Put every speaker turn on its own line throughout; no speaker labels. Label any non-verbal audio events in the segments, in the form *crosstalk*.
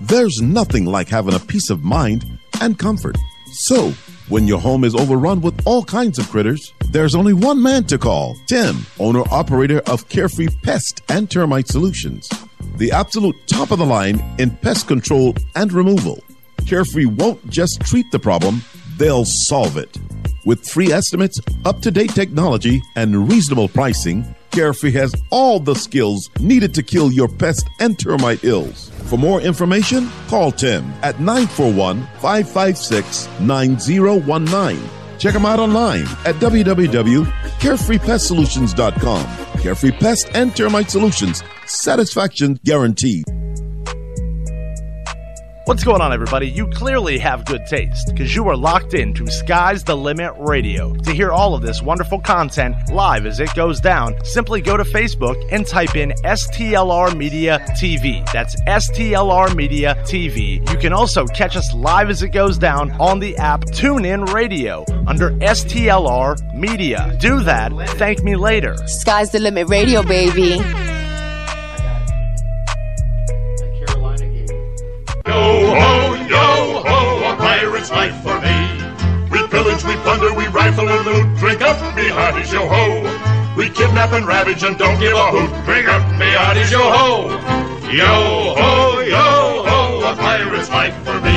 There's nothing like having a peace of mind and comfort. So, when your home is overrun with all kinds of critters, there's only one man to call Tim, owner operator of Carefree Pest and Termite Solutions, the absolute top of the line in pest control and removal. Carefree won't just treat the problem, they'll solve it. With free estimates, up to date technology, and reasonable pricing, Carefree has all the skills needed to kill your pest and termite ills. For more information, call Tim at 941 556 9019. Check them out online at www.carefreepestsolutions.com. Carefree Pest and Termite Solutions, satisfaction guaranteed.
What's going on, everybody? You clearly have good taste because you are locked in to Sky's the Limit Radio. To hear all of this wonderful content live as it goes down, simply go to Facebook and type in STLR Media TV. That's STLR Media TV. You can also catch us live as it goes down on the app TuneIn Radio under STLR Media. Do that. Thank me later.
Sky's the limit radio, baby.
Yo ho, yo ho, a pirate's life for me. We pillage, we plunder, we rifle and loot. Drink up, me hearties, yo ho. We kidnap and ravage and don't give a hoot. Drink up, me hearties, yo ho. Yo ho, yo ho, a pirate's life for me.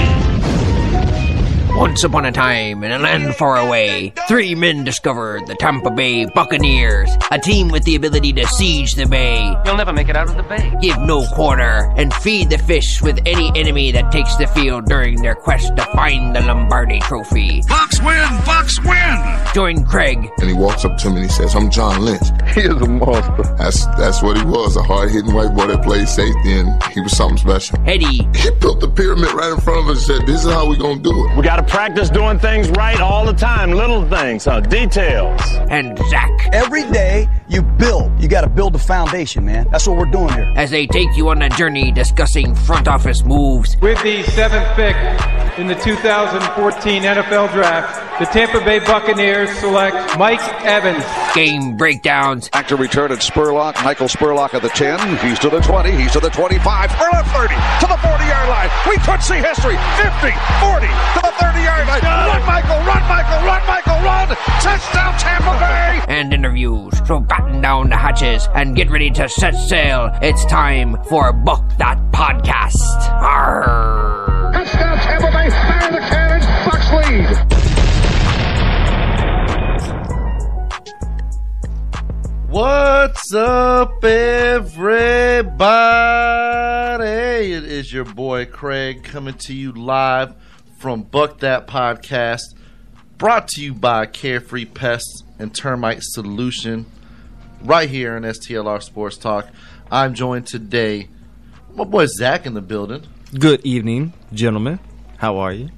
Once upon a time, in a land far away, three men discovered the Tampa Bay Buccaneers, a team with the ability to siege the bay,
You'll never make it out of the bay.
give no quarter, and feed the fish with any enemy that takes the field during their quest to find the Lombardi Trophy.
Fox win! Fox win!
Join Craig,
and he walks up to me and he says, "I'm John Lynch."
He is a monster.
That's that's what he was, a hard-hitting white boy that played safety, and he was something special.
Eddie,
He built the pyramid right in front of us and said, "This is how we gonna do it."
We gotta practice doing things right all the time. Little things, huh? Details.
and Zach,
Every day you build, you got to build the foundation, man. That's what we're doing here.
as they take you on a journey discussing front office moves,
With the seventh pick in the 2014 NFL Draft, the Tampa Bay Buccaneers select Mike Evans.
game breakdowns,
Back to return at Spurlock. Michael Spurlock at the 10. He's to the 20. He's to the 25. Spurlock 30 to the 40 yard line. We could see history. 50, 40 to the 30 yard line. Run, Michael. Run, Michael. Run, Michael. Run. Touchdown, Tampa Bay.
and interviews. So batten down the hatches and get ready to set sail. It's time for Book That Podcast. Arr.
Touchdown, Tampa Bay. Fire the cannon. Bucks lead.
What's up, everybody? It is your boy Craig coming to you live from Buck That Podcast, brought to you by Carefree Pest and Termite Solution, right here in STLR Sports Talk. I'm joined today, my boy Zach in the building.
Good evening, gentlemen. How are you?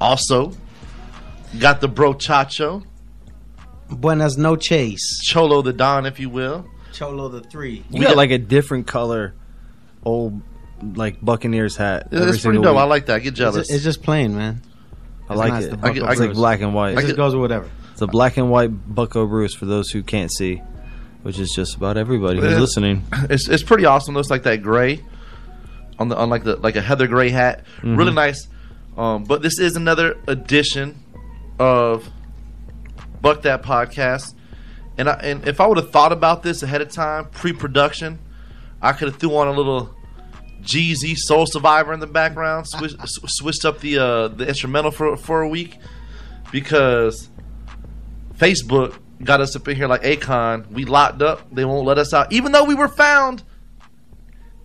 Also, got the bro Chacho,
Buenas noches.
Cholo the Don, if you will.
Cholo the three.
We got like a different color old like Buccaneers hat. every
It's pretty
single
dope.
week.
I like that. I get jealous.
just plain, man.
I like
nice
it.
to
I get- I
it's
get-
like black and white.
I get-
goes with whatever.
it's a black and white Bucko Bruce for those who can't see, which is just about everybody who's
Yeah.
listening.
It's it's pretty awesome. Looks like that gray on the on like the like a heather gray hat. Really nice. Um, but this is another edition of Buck That Podcast. And I, and if I would have thought about this ahead of time, pre-production, I could have threw on a little Jeezy Soul Survivor in the background, switch, s- switched up the uh, the instrumental for for a week because Facebook got us up in here like Akon. We locked up. They won't let us out, even though we were found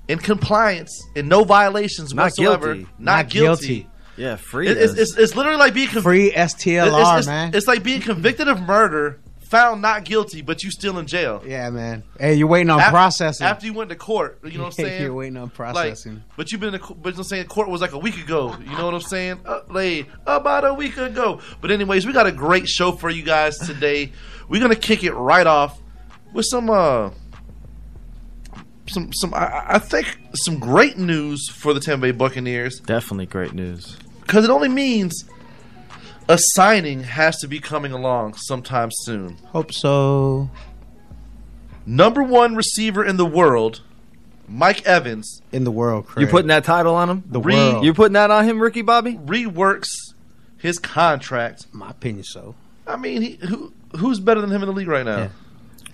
in compliance and no violations
Not
whatsoever.
guilty.
Not, guilty.
Yeah, free.
It- it's, it's, it's literally like being con-
Free
it's,
STLR,
it's- it's-
man.
it's like being convicted of murder, found not guilty, but you still in jail.
yeah, man. Hey, you're waiting on
Af-
processing.
after you went to court. You know what I'm saying?
you're waiting on
like,
processing.
but you've been, in co- but you know what I'm saying court was like a week ago. You know what I'm saying? Uh, like about a week ago. But anyways, we got a great show for you guys today. We're gonna kick it right off with some, uh, some, some. I- I, I think some great news for the Tampa Bay Buccaneers
definitely great news.
because it only means a signing has to be coming along sometime soon.
Hope so.
Number one receiver in the world, Mike Evans
in the world.
You putting that title on him?
The
Re-
world.
You putting that on him, Ricky Bobby?
Reworks his contract.
My opinion, so.
I mean, he, who who's better than him in the league right now?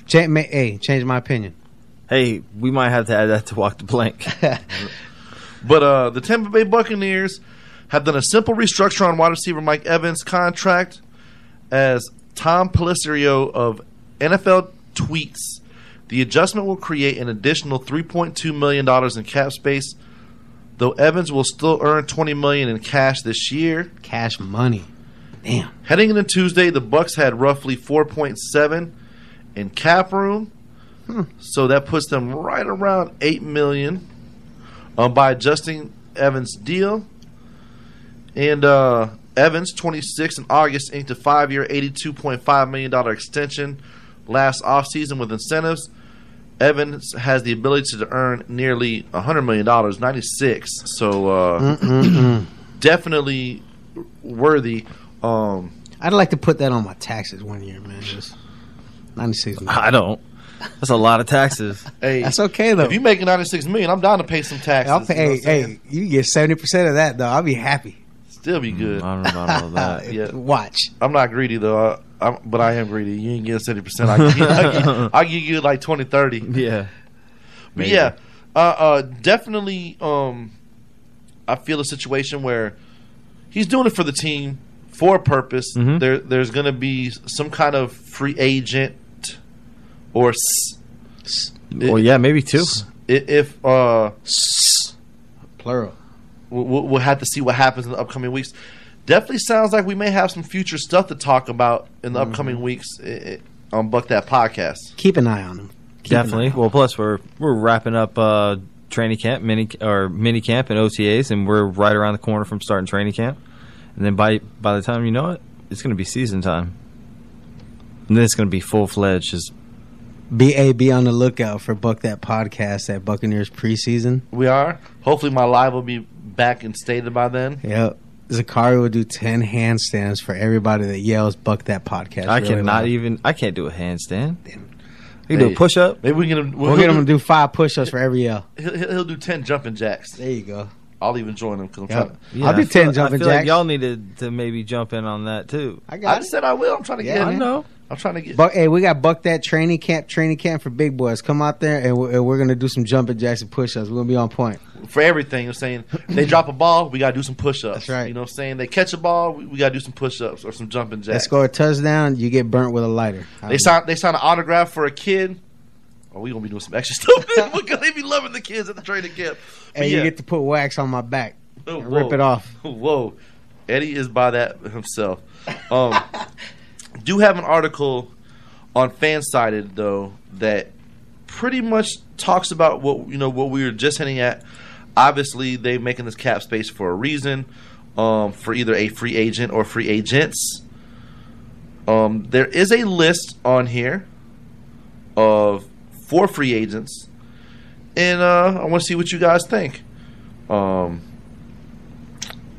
Change, ma- hey, change my opinion.
Hey, we might have to add that to walk the plank.
But uh, the Tampa Bay Buccaneers have done a simple restructure on wide receiver Mike Evans' contract as Tom Pelissero of NFL tweets. The adjustment will create an additional $3.2 million in cap space, though Evans will still earn $20 million in cash this year.
Cash money. Damn.
Heading into Tuesday, the Bucks had roughly 4.7 in cap room.
Hmm.
So that puts them right around 8 million um, by adjusting Evans' deal. And uh, Evans, 26 in August, inked a five year, $82.5 million extension last offseason with incentives. Evans has the ability to earn nearly $100 million, 96 So uh, definitely worthy. Um,
I'd like to put that on my taxes one year, man. Just 96 million.
I don't. That's a lot of taxes.
hey,
That's okay, though.
If you make 96 million, I'm down to pay some taxes.
I'll pay,
you know what
hey,
I'm saying?
hey, you get 70% of that, though. I'll be happy.
Still be good.
Mm, I don't know about that.
*laughs* yeah.
Watch.
I'm not greedy though, I, I'm, but I am greedy. You ain't get seventy percent. I give,
*laughs*
I, give, I give you like 20, 30.
Yeah.
But yeah, uh, uh, definitely. Um, I feel a situation where he's doing it for the team for a purpose.
Mhm.
There, there's going to be some kind of free agent or s-
Well, yeah, maybe two.
i- if uh,
plural.
We'll, we'll we'll have to see what happens in the upcoming weeks. Definitely sounds like we may have some future stuff to talk about in the
Mm-hmm.
upcoming weeks i- i- on Buck That Podcast.
Keep an eye on them.
Definitely. Well, plus we're we're wrapping up uh, training camp, mini or mini camp and OTAs, and we're right around the corner from starting training camp. And then by by the time you know it, it's going to be season time. And then it's going to be full fledged. Just
BA, be on the lookout for Buck That Podcast at Buccaneers preseason.
We are. Hopefully, my live will be back and stated by then.
Yep. Zakari will do 10 handstands for everybody that yells Buck That Podcast.
I
really
cannot
loud.
even. I can't do a handstand. I can do a push up.
Maybe we can.
We'll
*laughs*
get him to do five push ups for every yell.
He'll, he'll he'll do ten jumping jacks. There
you go.
I'll even join him because I'm
Yep.
trying. To,
Yeah, I'll do 10 jumping
I feel like
jacks.
y'all need to, to maybe jump in on that too.
I
I
got it.
said I will. I'm trying to
Yeah,
get.
I
in.
know.
I'm trying to get.
Buck, hey, we got Buck That training camp, training camp for big boys. Come out there and we're, and we're going to do some jumping jacks and push ups. We're going to be on point.
for everything. I'm saying they drop a ball, we gotta do some push ups. That's
right.
You know what I'm saying? They catch a ball, we, we gotta do some push ups or some jumping
They
jacks.
score a touchdown, you get burnt with a lighter.
They sign they sign an autograph for a kid. Oh, we gonna be doing some extra *laughs* stuff then because they be loving the kids at the training camp. But
And
yeah.
you get to put wax on my back.
Oh,
and rip it off.
Whoa. Eddie is by that himself.
*laughs*
Um, do have an article on Fansided though that pretty much talks about what you know what we were just hinting at. Obviously, they making this cap space for a reason, um, for either a free agent or free agents. Um, there is a list on here of four free agents, and uh, I want to see what you guys think. Um,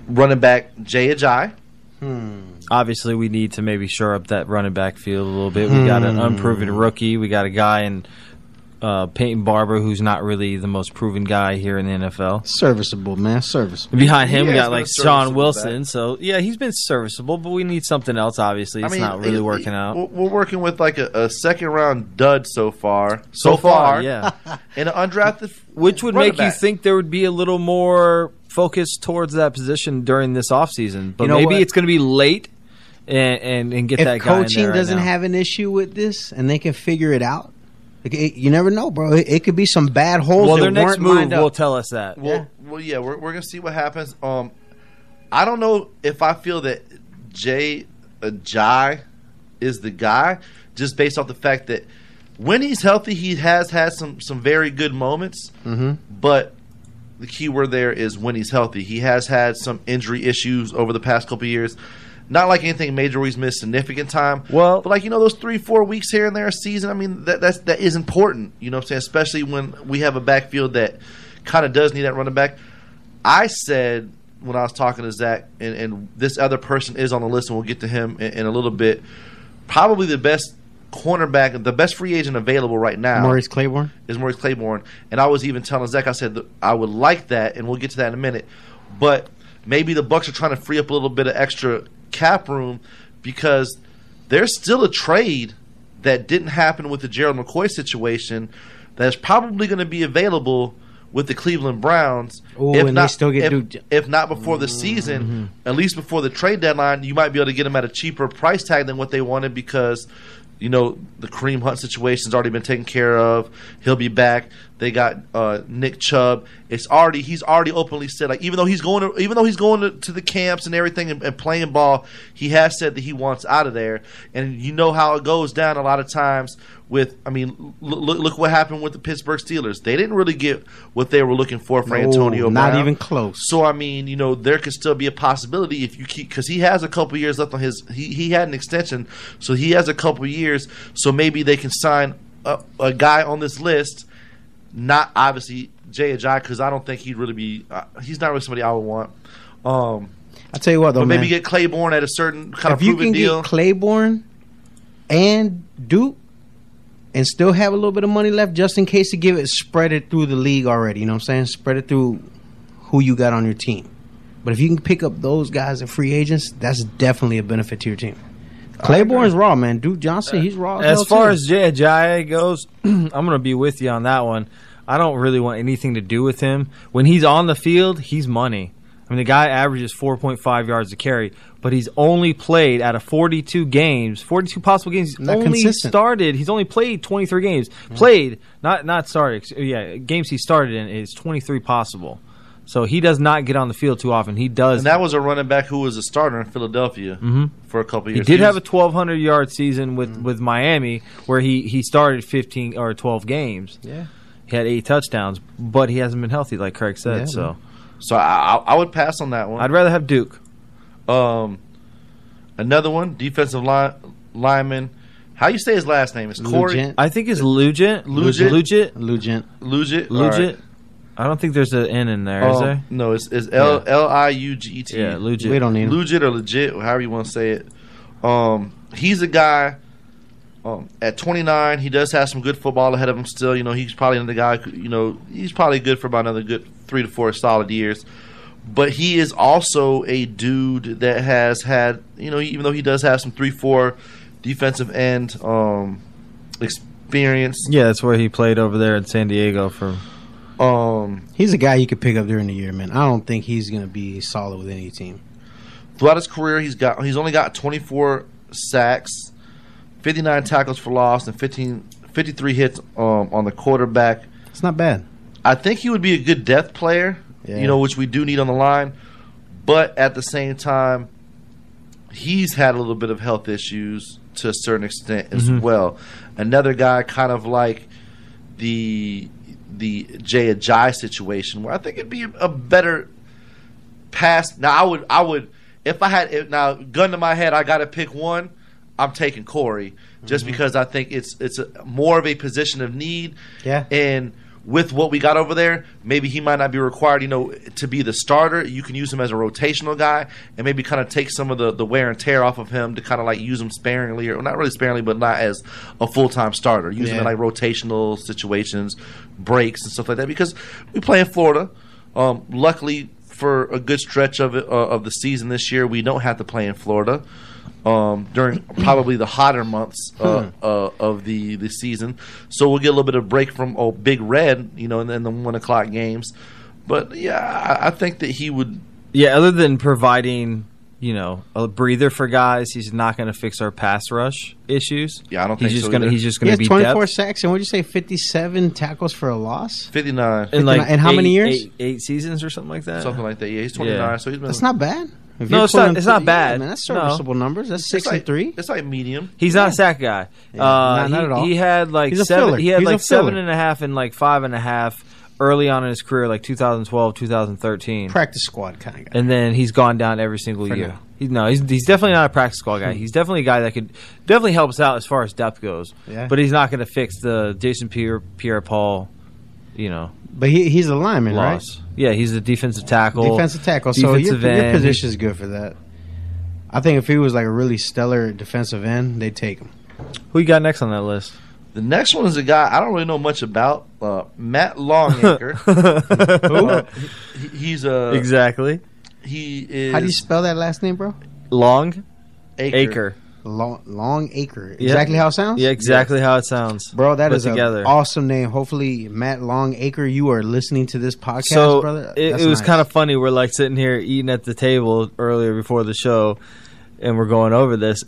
running back Jay Ajay.
Hmm. Obviously, we need to maybe shore up that running back field a little bit. We got an
Hmm.
unproven rookie. We got a guy in uh, Peyton Barber who's not really the most proven guy here in the NFL.
Serviceable, man. Serviceable.
Behind him, we
Yeah,
got like
he's been a serviceable
Sean Wilson. So yeah, he's been serviceable, but we need something else. Obviously, it's not really
it-
working
it-
out.
We're, we're working with like a, a second round dud so far.
So far,
*laughs*
yeah.
and an undrafted,
Which would
running
make you
back.
think there would be a little more focus towards that position during this offseason. But
You know
maybe
what?
it's going to be late and, and, and get
if
that guy in
coaching
there right
doesn't
now.
have an issue with this and they can figure it out, it, it- you never know, bro. It, it could be some bad holes.
well,
that
their next
weren't
move
lined up.
will tell us that.
Well, well, yeah, we're, we're gonna see what happens. Um, I don't know if I feel that Jay Ajay is the guy, just based off the fact that when he's healthy, he has had some some very good moments.
Mhm.
But the key word there is when he's healthy. He has had some injury issues over the past couple of years. Not like anything major where he's missed significant time. Well, but like you know, those three, four weeks here and there a season. I mean, that that's that is important. You know what I'm saying? Especially when we have a backfield that kind of does need that running back. I said when I was talking to Zach, and, and this other person is on the list, and we'll get to him in, in a little bit. Probably the best cornerback, the best free agent available right now
Maurice Claiborne.
is Maurice Claiborne. And I was even telling Zach, I said I would like that, and we'll get to that in a minute. But maybe the Bucks are trying to free up a little bit of extra cap room because there's still a trade that didn't happen with the Gerald McCoy situation that's probably going to be available with the Cleveland Browns.
Ooh, and they still get
if,
Duke-
if not before the season,
Mm-hmm.
at least before the trade deadline, you might be able to get them at a cheaper price tag than what they wanted because, you know, the Kareem Hunt situation's already been taken care of. He'll be back. They got uh, Nick Chubb. It's already he's already openly said like even though he's going to, even though he's going to, to the camps and everything and, and playing ball, he has said that he wants out of there. And you know how it goes down a lot of times with I mean look look what happened with the Pittsburgh Steelers. They didn't really get what they were looking for for
No,
Antonio
not
Brown.
even close.
So I mean, you know, there could still be a possibility if you keep because he has a couple years left on his. He he had an extension, so he has a couple years. So maybe they can sign a, a guy on this list. Not obviously Jay Ajay because I don't think he'd really be. Uh, he's not really somebody I would want. Um,
I tell you what, though,
but maybe
Oh, man.
get Claiborne at a certain kind
if
of
you
proven
can
deal.
get Claiborne and Duke and still have a little bit of money left just in case to give it, spread it through the league already. You know what I'm saying? Spread it through who you got on your team. But if you can pick up those guys in free agents, that's definitely a benefit to your team. Claiborne's raw, man. Duke Johnson, he's raw.
As
hell,
far
too.
as Jay Ajayi goes, *clears throat* I'm going to be with you on that one. I don't really want anything to do with him. When he's on the field, he's money. I mean, the guy averages 4.5 yards a carry, but he's only played out of 42 games, 42 possible games. He's
Not
only
consistent.
started. He's only played 23 games. Played, not not started. ex- Yeah, games he started in is 23 possible. So he does not get on the field too often. He does.
and that was a running back who was a starter in Philadelphia
Mm-hmm.
Mhm.
for a couple
He
years.
did
was-
have a 1,200 yard season with,
Mm-hmm.
with Miami, where he, he started 15 or 12 games.
Yeah.
He had eight touchdowns, but he hasn't been healthy, like Craig said.
Yeah,
so
man. So I, I I would pass on that one.
I'd rather have Duke.
Um, another one, defensive line lineman. How you say his last name? Is Corey
Lugent. I think it's Lugent.
Lugent.
Lugent.
Lugent.
Lugit.
Lugent. I don't think there's an N in there, is
Um,
there?
No, it's it's L L I U G E T.
Yeah, Lugit. We don't need him.
Lugit or legit, or however you want to say it. Um, he's a guy. Um, at 29, he does have some good football ahead of him still. You know, he's probably another guy. who- You know, he's probably good for about another good three to four solid years. But he is also a dude that has had, you know, even though he does have some three four defensive end um, experience.
Yeah, that's where he played over there in San Diego for.
Um,
he's a guy you could pick up during the year, man. I don't think he's gonna be solid with any team.
throughout his career, he's got he's only got 24 sacks, 59 tackles for loss, and 15 53 hits um, on the quarterback.
It's not bad.
I think he would be a good depth player,
Yeah.
you know, which we do need on the line. But at the same time, he's had a little bit of health issues to a certain extent as
Mm-hmm.
Mhm.
well. Another guy, kind of like the the Jay Ajay situation, where I think it'd be a better pass. Now I would I would if I had if, now gun to my head, I got to pick one. I'm taking Corey just
Mm-hmm.
because I think it's it's a, more of a position of need.
Yeah.
And with what we got over there, maybe he might not be required, you know, to be the starter. You can use him as a rotational guy and maybe kind of take some of the, the wear and tear off of him to kind of like use him sparingly or well, not really sparingly, but not as a full time starter. Use him in
Yeah.
like rotational situations, breaks and stuff like that because we play in Florida. Um, luckily for a good stretch of it, uh, of the season this year, we don't have to play in Florida. Um,
*clears throat*
during probably the hotter months uh,
Hmm.
uh, of the, the season, so we'll get a little bit of break from oh Big Red, you know, and then the one o'clock games. But yeah, I, I think that he would
Yeah, other than providing, you know, a breather for guys, he's not going to fix our pass rush issues.
Yeah, I don't
he's
think
just
so
gonna,
either.
He's just
He
going to
has
be
24
depth.
sacks and what'd you say, 57 tackles for a loss?
fifty nine
In like
And how many
eight-
years?
Eight, eight seasons or something like that.
something like that. Yeah, he's twenty nine,
Yeah.
so he's been
That's not bad.
No,
you're
it's not-
pulling
it's not
three-
bad.
man, that's
No.
serviceable numbers. That's six and three.
It's like medium.
He's not a sack guy.
Yeah,
uh,
not- not
he,
at all.
he had like
He's a filler.
seven. He had
He's a
like seven
filler.
and a half and like five and a half early on in his career, like 2012, 2013.
Practice squad kind of guy.
And then he's gone down every single
For
year.
now.
He's, no, he's, he's definitely not a practice squad guy.
Hmm.
He's definitely a guy that could definitely help us out as far as depth goes.
Yeah.
But he's not going to fix the Jason Pierre Pierre Paul. You know,
But he, he's a lineman,
loss. Yeah, he's a defensive tackle.
right? Defensive tackle. So your,
defensive
your
end.
position's good for that. I think if he was like a really stellar defensive end, they'd take him.
Who you got next on that list?
The next one is a guy I don't really know much about, uh, Matt
*laughs*
Longacre. Uh, he- he's a
Exactly.
He is
How do you spell that last name, bro?
Long
Acre.
Long, long acre.
Yeah.
Exactly how it sounds.
Yeah, exactly how it sounds,
Bro, That
Put
is
together.
an awesome name. Hopefully, Matt Longacre, you are listening to this podcast,
so
brother.
it,
That's
it was
nice.
kind of funny. We're like sitting here eating at the table earlier before the show, and we're going over this.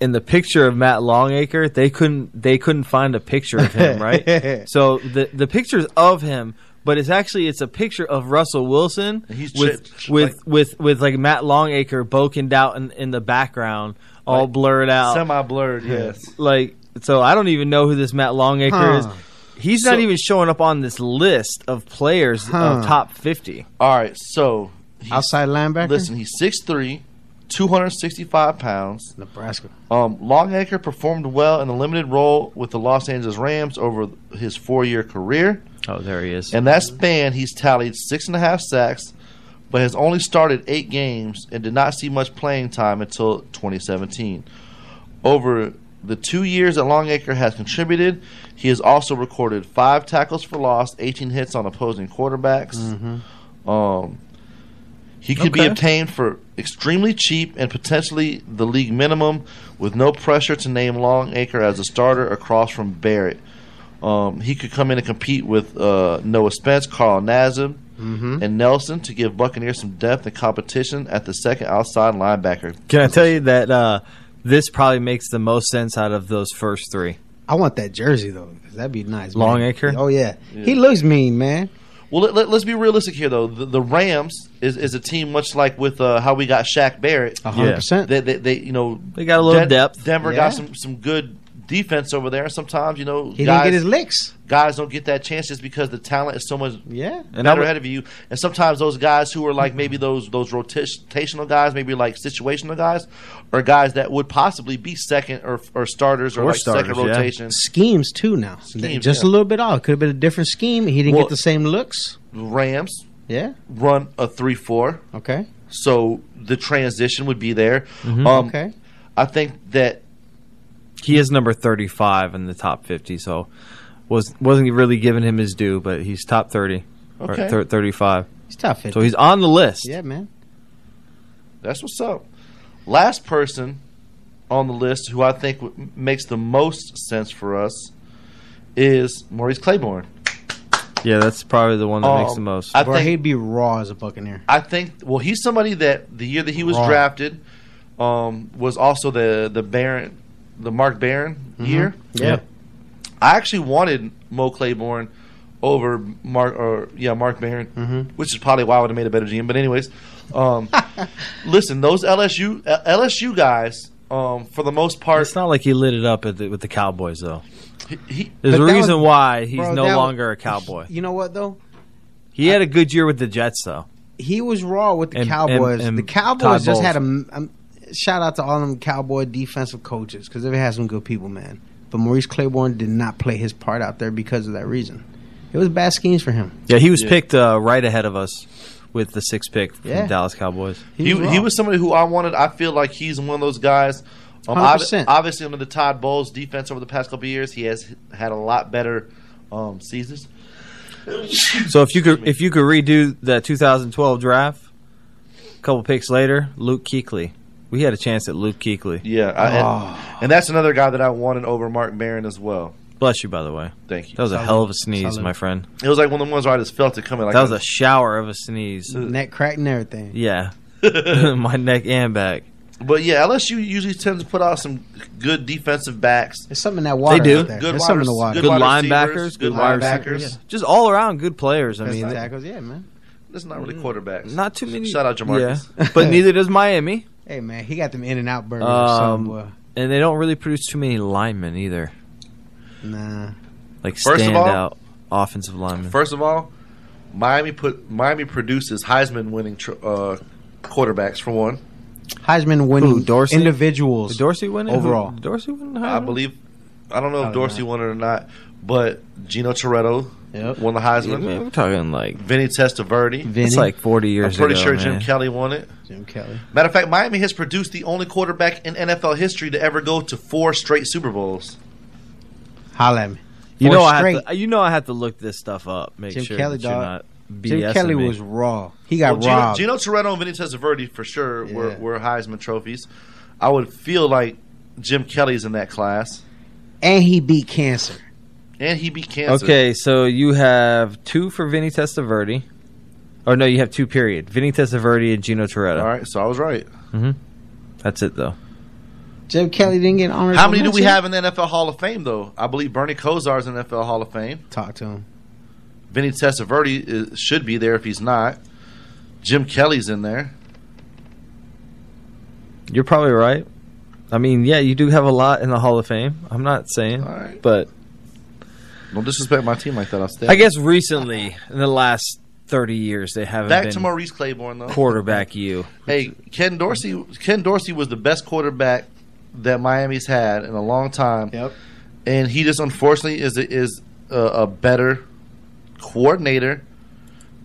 In the picture of Matt Longacre, they couldn't they couldn't find a picture of him,
*laughs*
right? so uh, the the pictures of him, but it's actually it's a picture of Russell Wilson
He's
with
chipped,
with, with with like Matt Longacre bokened out in, in the background, all
Like,
blurred out,
semi blurred. Yes.
like so I don't even know who this Matt Longacre
Huh.
is. He's not
So-
even showing up on this list of players
Huh.
of top 50.
All right, so
outside linebacker.
Listen, he's 6'3", 265 pounds.
Nebraska.
Um, Longacre performed well in a limited role with the Los Angeles Rams over his four-year career.
Oh, there he is.
In that span, he's tallied six and a half sacks, but has only started eight games and did not see much playing time until 2017. Over the two years that Longacre has contributed, he has also recorded five tackles for loss, 18 hits on opposing quarterbacks.
Mm-hmm.
Um, he could be
Okay.
obtained for extremely cheap and potentially the league minimum, with no pressure to name Longacre as a starter across from Barrett. Um, he could come in and compete with uh, Noah Spence, Carl Nazem,
Mm-hmm.
and Nelson to give Buccaneers some depth and competition at the second outside linebacker.
Can I tell you that uh, this probably makes the most sense out of those first three?
I want that jersey though. 'cause That'd be nice. man.
Longacre?
Oh yeah.
Yeah.
he looks mean, man.
Well, let, us be realistic here, though. The, the Rams is, is a team much like with uh, how we got Shaq Barrett.
A hundred
Yeah.
percent.
They, they, they, you know,
They got a little
Den-
depth.
Denver
Yeah.
got some, some good defense over there. Sometimes, you know,
He didn't get his licks.
guys don't get that chance just because the talent is so much
Yeah.
And
better
I would-
ahead of you. And sometimes those guys who are like maybe those those rotational guys, maybe like situational guys, are guys that would possibly be second or, or starters or,
Or
like
starters,
second
yeah.
rotation.
Schemes too now.
Schemes,
Just
yeah.
a little bit off. Could have been a different scheme. He didn't
Well-
get the same looks.
Rams
Yeah.
run a three four.
Okay.
So the transition would be there.
Mhm.
Um,
Okay.
I think that
He is number 35 in the top 50, so was, wasn't really giving him his due, but he's top 30
Okay.
or thir- 35.
He's top fifty.
So he's on the list.
yeah, man.
That's what's up. Last person on the list who I think w- makes the most sense for us is Maurice Claiborne.
Yeah, that's probably the one that makes
Um,
the most.
I
Bro,
think
he'd be raw as a Buccaneer.
I think well he's somebody that the year that he was
Wrong.
drafted um, was also the the Baron the Mark Barron
Mm-hmm.
year.
Yeah.
I actually wanted Mo Claiborne over Mark or yeah Mark Barron,
Mm-hmm.
which is probably why I would have made a better GM. But anyways,
*laughs*
um, listen, those LSU uh, LSU guys um, for the most part
It's not like he lit it up at the, with the Cowboys, though.
he,
There's
But
a
that
reason
was-
why he's
Bro,
no
that-
longer a Cowboy.
You know what though?
He had a good year with the Jets, though.
he was raw with the
And-
Cowboys.
and- and
the
Todd
Cowboys
Bowles.
just had a, um, shout out to all them Cowboy defensive coaches because they've had some good people, man. But Maurice Claiborne did not play his part out there because of that reason. It was bad schemes for him.
Yeah, he was
Yeah.
picked uh, right ahead of us with the sixth pick from
Yeah.
the Dallas Cowboys.
he,
was
he
raw.
was somebody who I wanted. I feel like he's one of those guys. Um, ob-
100%.
obviously, under the Todd Bowles defense over the past couple of years, he has had a lot better um, seasons.
So if you could if you could redo that 2012 draft, a couple picks later, Luke Kuechly. We had a chance at Luke Kuechly.
Yeah, I,
Ah.
and, and that's another guy that I wanted over Mark Barron as well.
Bless you, by the way.
Thank you.
That was a
Salute.
hell of a sneeze,
Salute.
my friend.
It was like one of the ones where I just felt it coming. Like
That was a shower of a sneeze.
Neck crack and everything.
Yeah, *laughs* my neck and back.
but yeah, LSU usually tends to put out some good defensive backs,
There's something in that water.
They do.
out there.
Good
There's
wide
something in the
rec-
water.
Good,
Good wide receivers,
linebackers,
good
good wide
linebackers.
receivers. Yeah. Just all around good players. I
Best
mean,
tackles, yeah, man.
It's not really quarterbacks.
Mm. not too many.
Shout out Jamarcus.
*laughs*
Yeah. but neither does Miami.
Hey, man, he got them in and out burgers.
Um,
or something,
and they don't really produce too many linemen either.
boy. Nah.
Like
First of all-
standout offensive linemen.
First of all, Miami put Miami produces Heisman winning tr- uh, quarterbacks for one.
Heisman winning
Who, Dorsey?
individuals.
Did Dorsey win it?
Overall.
Who- did Dorsey win.
I believe. I don't know if
Probably
Dorsey
not.
won it or not, but Gino Toretto
Yep.
won the
I mean,
Heisman.
we're talking like
Vinny Testaverde.
Vinny.
it's like forty years.
I'm pretty
ago,
sure
man.
Jim Kelly won it.
Jim Kelly.
Matter of fact, Miami has produced the only quarterback in NFL history to ever go to four straight Super Bowls.
Holla at me.
You
Or
know, I
straight.
have to, you know I have to look this stuff up. Make
Jim
sure
Kelly,
that you're
dog.
not
Jim
BSing
Kelly
me.
was raw. He got
Gino,
robbed.
Gino Toretto and Vinny Testaverde for sure were, were Heisman trophies. I would feel like Jim Kelly's in that class,
and he beat cancer.
and he beat cancer.
Okay, so you have two for Vinny Testaverde. Or no, you have two. Period. Vinny Testaverde and Gino Toretto.
All right, so I was right.
hmm That's it though.
Jim Kelly didn't get honored.
How many do we have in the NFL Hall of Fame, though? I believe Bernie Kosar's in the NFL Hall of Fame.
Talk to him.
Vinny Testaverde is, should be there if he's not. Jim Kelly's in there.
You're probably right. I mean, yeah, you do have a lot in the Hall of Fame. I'm not saying, but
Don't disrespect my team like that. I'll stay.
I guess recently in the last 30 years they haven't
Back
been
to Maurice Claiborne, though.
quarterback you.
Hey, Ken Dorsey. Ken Dorsey was the best quarterback that Miami's had in a long time.
Yep.
And he just unfortunately is is a, a better coordinator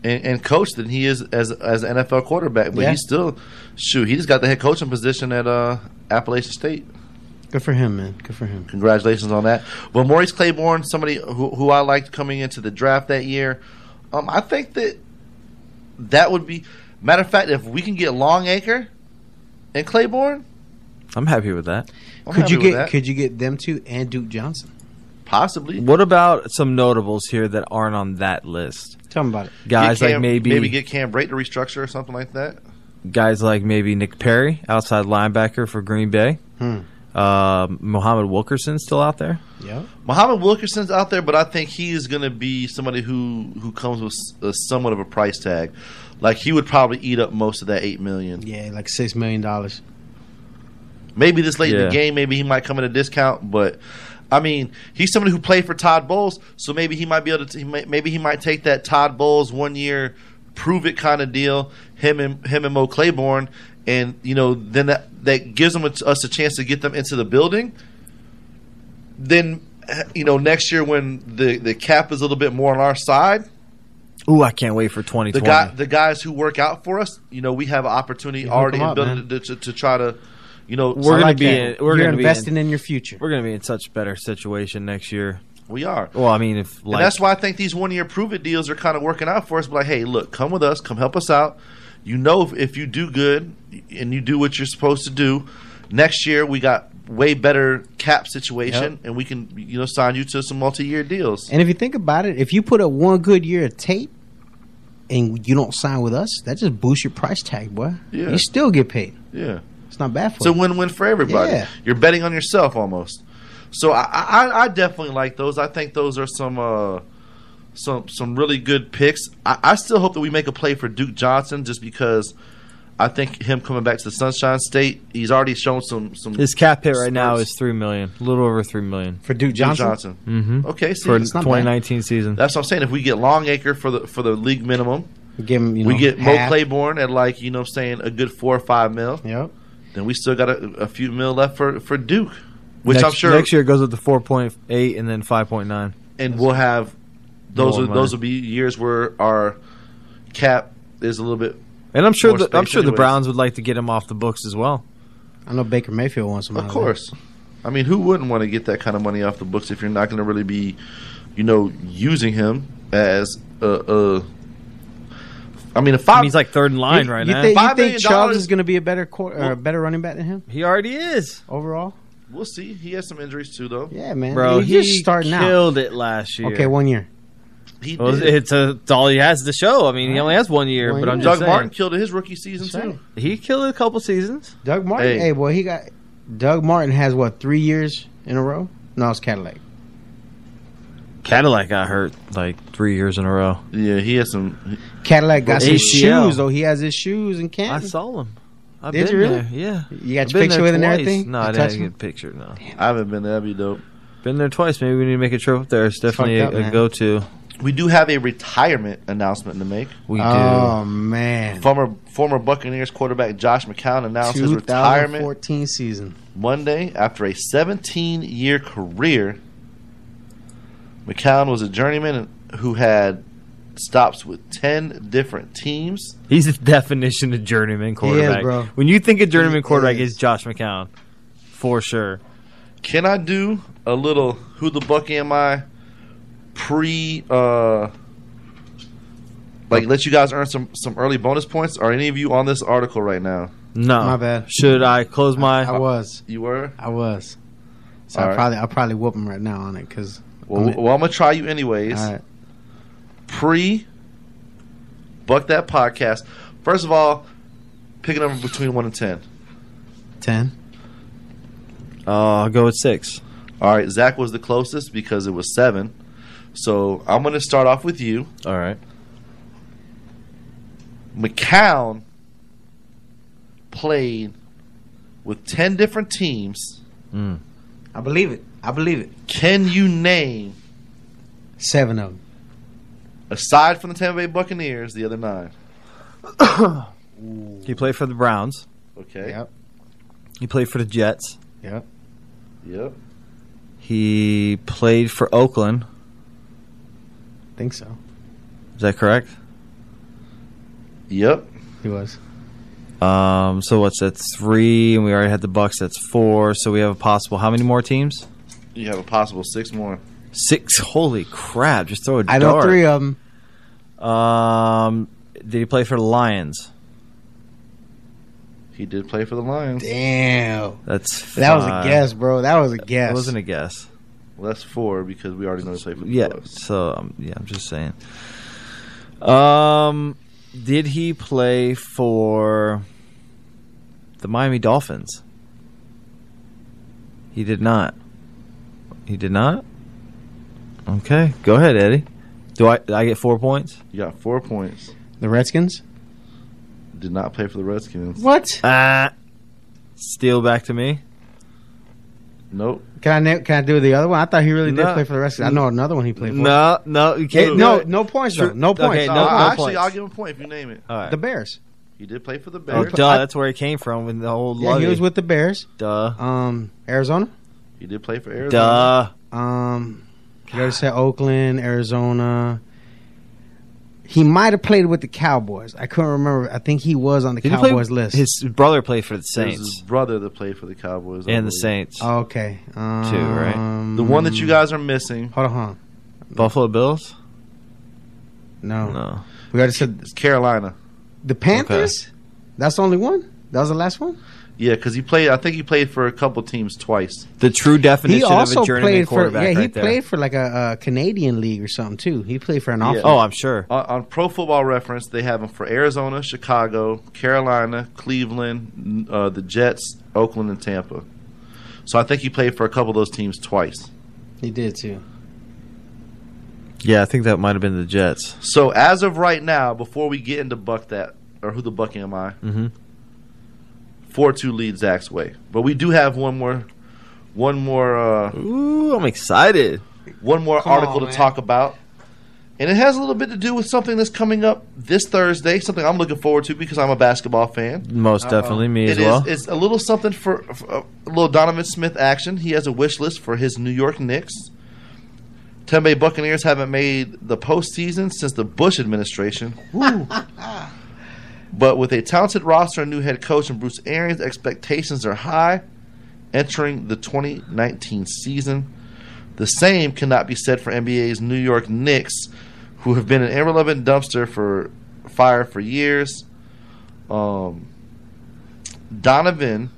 and, and coach than he is as as an NFL quarterback. But
Yeah.
he's still shoot. He just got the head coaching position at uh, Appalachian State.
Good for him, man. Good for him.
Congratulations on that. Well, Maurice Claiborne, somebody who, who I liked coming into the draft that year. Um, I think that that would be matter of fact if we can get Longacre and Claiborne.
I'm happy with that.
I'm
could
happy
you
with
get
that.
could you get them two and Duke Johnson?
Possibly.
What about some notables here that aren't on that list?
Tell me about it.
Guys
Get
like
Cam-
maybe,
maybe get Cam Brake to restructure or something like that.
guys like maybe Nick Perry, outside linebacker for Green Bay.
Hmm.
Uh, Muhammad Wilkerson still out there.
Yeah.
Muhammad Wilkerson's out there, but I think he is going to be somebody who who comes with s- uh, somewhat of a price tag. Like he would probably eat up most of that eight million.
Yeah, like six million dollars.
Maybe this late in
Yeah.
the game, maybe he might come at a discount. But I mean, he's somebody who played for Todd Bowles, so maybe he might be able to. He may, maybe he might take that Todd Bowles one year, prove it kind of deal. Him and him and Mo Claiborne, and you know, then that that gives them a, us a chance to get them into the building. Then you know, next year when the the cap is a little bit more on our side
Ooh, I can't wait for 2020.
the guy, the guys who work out for us, you know, we have an opportunity
Yeah, hook
already
'em
in
up,
building to, to, to try to, you know,
we're gonna be in,
that.
we're gonna be in,
your future.
We're gonna be in such better situation next year.
We are.
Well, I mean, if
and
like
that's why I think these one year prove it deals are kind of working out for us. But like, hey, look, come with us, come help us out. You know, if, if you do good and you do what you're supposed to do, next year we got way better cap situation,
Yep.
and we can you know sign you to some multi year deals.
And if you think about it, if you put up one good year of tape and you don't sign with us, that just boosts your price tag, boy.
Yeah.
You still get paid.
Yeah.
It's not bad for
It's a
you.
win win for everybody.
Yeah.
You're betting on yourself almost. So I, I, I definitely like those. I think those are some uh, some some really good picks. I, I still hope that we make a play for Duke Johnson just because I think him coming back to the Sunshine State, he's already shown some some
his cap hit right now is three million, a little over three million
for Duke
Johnson?
Mm-hmm.
Okay, see,
for
that's not bad.
2019 season.
That's what I'm saying. If we get Longacre for the for the league minimum,
Give him, you know,
we get Mo
half.
Claiborne at like you know what I'm saying a good four or five mil.
Yep.
Then we still got a, a few mil left for for Duke, which
next,
I'm sure
next year it goes up to 4.8 and then 5.9.
and we'll have those.
More
Are,
money.
those will be years where our cap is a little bit.
And I'm sure
more
the, I'm
space
sure the
anyways.
Browns would like to get him off the books as well.
I know Baker Mayfield wants him.
Of course, I mean, who wouldn't want to get that kind of money off the books if you're not going to really be, you know, using him as a. a I mean, a five.
he's like third in line right
You,
now.
think, you
Five
think
million
Chubb
dollars-
is going to be a better quar or a better running back than him?
He already is
overall.
We'll see. He has some injuries too, though.
Yeah, man.
Bro,
You're
he
just starting out.
killed it last year.
Okay, one year.
He
Well,
did.
it's, a, it's all he has to show. I mean, he only has one year, but I'm
Doug
just
Martin
saying.
killed it his rookie season
That's
too.
He killed it a couple seasons.
Doug Martin. Hey.
Hey.
boy, he got. Doug Martin has what three years in a row? No, it's Cadillac.
Cadillac got hurt like three years in a row.
Yeah, he has some.
Cadillac got some
ACL.
shoes though. He has his shoes in Canton.
I saw him. I've
Did
been
you really?
there. Yeah,
You got
I've been
your picture
there
with it and
twice.
everything?
No,
You
I
touched
didn't
him?
get a picture. No,
I haven't been there. That'd be dope.
been there twice. Maybe we need to make a trip up there. It's definitely
fucked
a,
up, man.
a go-to.
We do have a retirement announcement to make.
We
Oh man,
Former former Buccaneers quarterback Josh McCown announced his retirement
2014 season.
Monday after a 17 year career. McCown was a journeyman who had stops with ten different teams.
He's the *laughs* definition of journeyman quarterback.
bro.
When you think of journeyman quarterback, it's Josh McCown, for sure.
Can I do a little who the buck am I pre uh like let you guys earn some some early bonus points? Are any of you on this article right now?
No,
My bad.
Should I close my?
I was.
You were.
I was. So
All
I
right.
probably I probably whoop him right now on it because
Well, well I'm gonna try you anyways.
All right.
Pre buck that podcast. First of all, pick a number between one and ten.
ten.
Uh, I'll go with six.
All right, Zach was the closest because it was seven. So I'm going to start off with you.
All right.
McCown played with 10 different teams.
Mm.
I believe it. I believe it.
Can you name,
Seven of them.
aside from the Tampa Bay Buccaneers, the other nine?
He played for the Browns.
Okay.
Yep.
He played for the Jets.
Yep.
Yep.
He played for Oakland.
Think so.
Is that correct?
Yep.
He was.
Um, so what's that? Three, and we already had the Bucks. That's four. So we have a possible. How many more teams?
You have a possible six more.
Six. *laughs* Holy crap! Just throw a
I know
dart.
three of them.
Um, did he play for the Lions?
He did play for the Lions.
Damn.
That's
That was a
five.
guess, bro. That was a guess.
It wasn't a guess.
Well, that's four because we already know he played for the
Yeah.
Bucs.
So um, yeah, I'm just saying. Um, did he play for the Miami Dolphins? He did not. He did not. Okay, go ahead, Eddie. Do I I get four points?
You got four points.
the Redskins.
Did not play for the Redskins.
What?
Ah, steal back to me.
Nope.
Can I na- can I do the other one? I thought he really did
No.
play for the Redskins. I know another one he played for.
No, no, you
Hey,
can't. do
no,
it.
no points
True.
though. No
Okay,
points. Oh,
no-
Uh,
no
actually,
points.
I'll give him a point if you name it.
All right.
The Bears.
He did play for the
Oh,
Bears.
duh, that's where he came from with the whole
Yeah,
love.
he was with the Bears.
duh,
Um, Arizona.
he did play for Arizona.
duh.
Um, you already said Oakland, Arizona. He might have played with the Cowboys. I couldn't remember. I think he was on the
Did he play-
Cowboys list.
His brother played for the
It was his
Saints
brother that played for the Cowboys. I
and the
believe.
Saints.
okay. Um,
right?
The one that you guys are missing
Hold on. hold on.
Buffalo Bills?
No.
No.
We already said
is Carolina.
the Panthers. That's the only one. That was the last one.
Yeah, because he played. I think he played for a couple teams twice.
The true definition
he also
of a journeyman
played for.
quarterback
Yeah, he
right there.
played for like a, a Canadian league or something too. He played for an
Yeah.
offense.
oh, I'm sure.
On, on Pro Football Reference, they have him for Arizona, Chicago, Carolina, Cleveland, uh, the Jets, Oakland, and Tampa. So I think he played for a couple of those teams twice.
He did too.
Yeah, I think that might have been the Jets.
So as of right now, before we get into Buck that or who the Buck am I?
Mhm.
Four two lead Zach's way, but we do have one more, one more. Uh,
Ooh, I'm excited.
one more
Come
article
on,
to
man.
talk about. And it has a little bit to do with something that's coming up this Thursday, something I'm looking forward to because I'm a basketball fan.
Most definitely me
It
as
is-
well.
it's a little something for, for uh, a little Donovan Smith action. He has a wish list for his New York Knicks. Tampa Bay Buccaneers haven't made the postseason since the Bush administration. Woo. but with a talented roster and new head coach and Bruce Arians, expectations are high entering the 2019 season. The same cannot be said for NBA's New York Knicks, who have been an irrelevant dumpster for fire for years. Um, Donovan.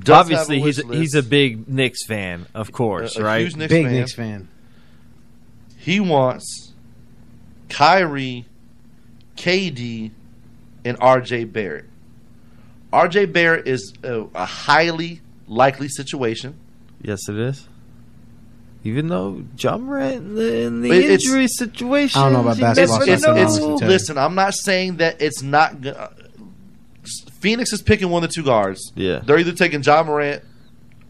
does have
Obviously, he's
wish
he's a
list.
big Knicks fan, of course,
A- a
right?
huge Knicks
Big
fan.
Knicks fan.
He wants Kyrie, KD, and RJ Barrett. RJ Barrett is a, a highly likely situation.
yes, it is. Even though John Morant in the, in the
But it's-
injury situation,
I don't know about
you
basketball
never
it's,
stuff,
know.
it's,
honestly, too.
listen, I'm not saying that it's not. go- uh, Phoenix is picking one of the two guards.
Yeah.
they're either taking John Morant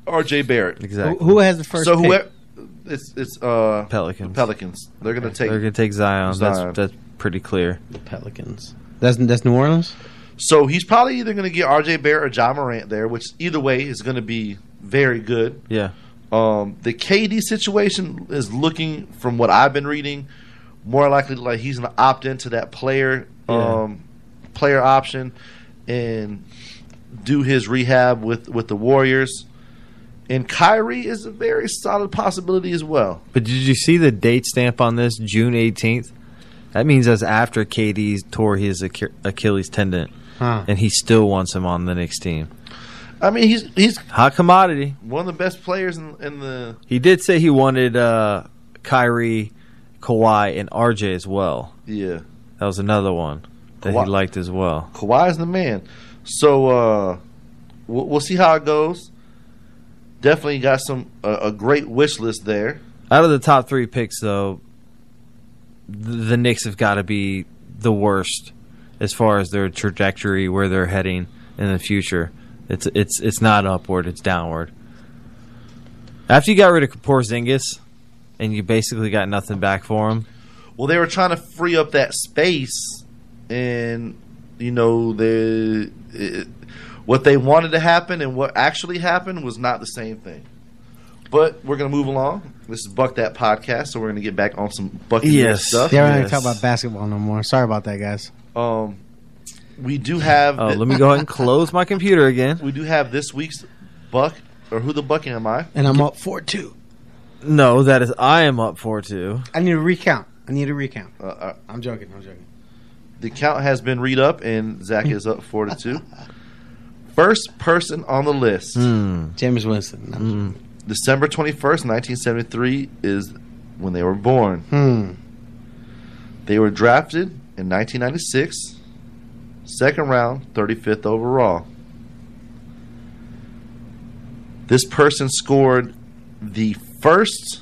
or Jay Barrett.
exactly.
Who, who has the first?
so
pick?
whoever, it's it's uh
Pelicans?
Pelicans. They're gonna take.
They're gonna take Zion.
Zion.
That's that's pretty clear.
Pelicans. That's that's New Orleans.
so he's probably either gonna get R.J. Barrett or John Morant there, which either way is gonna be very good.
Yeah,
Um, the KD situation is looking, from what I've been reading, more likely like he's going to opt into that player
Yeah.
um, player option and do his rehab with with the Warriors. And Kyrie is a very solid possibility as well.
But did you see the date stamp on this? June 18th? That means that's after KD tore his Ach- Achilles tendon.
Huh.
And he still wants him on the next team.
I mean, he's he's
Hot commodity.
one of the best players in, in the
He did say he wanted uh, Kyrie, Kawhi, and RJ as well.
yeah.
That was another one that
uh, Kawhi-
he liked as well.
Kawhi's the man. So uh, we'll, we'll see how it goes. Definitely got some a a great wish list there.
Out of the top three picks, though, th- the Knicks have got to be the worst as far as their trajectory, where they're heading in the future. It's it's it's not upward; it's downward. After you got rid of Porzingis, and you basically got nothing back for him,
Well, they were trying to free up that space, and you know the it, what they wanted to happen and what actually happened was not the same thing. But we're gonna move along. This is Buck That podcast, so we're gonna get back on some Buccaneers stuff.
They aren't going to talk about basketball no more. Sorry about that, guys.
Um, we do have.
Oh, let me go ahead and close my computer again.
We do have this week's buck, or who the bucking am I?
And I'm up four two.
no, that is I am up for two.
I need to recount. I need to recount.
Uh, uh,
I'm joking. I'm joking.
the count has been read up, and Zach is up four to two. First person on the list,
James Winston.
December twenty first, nineteen seventy three, is when they were born.
Hmm.
They were drafted in 1996, second round, 35th overall. This person scored the first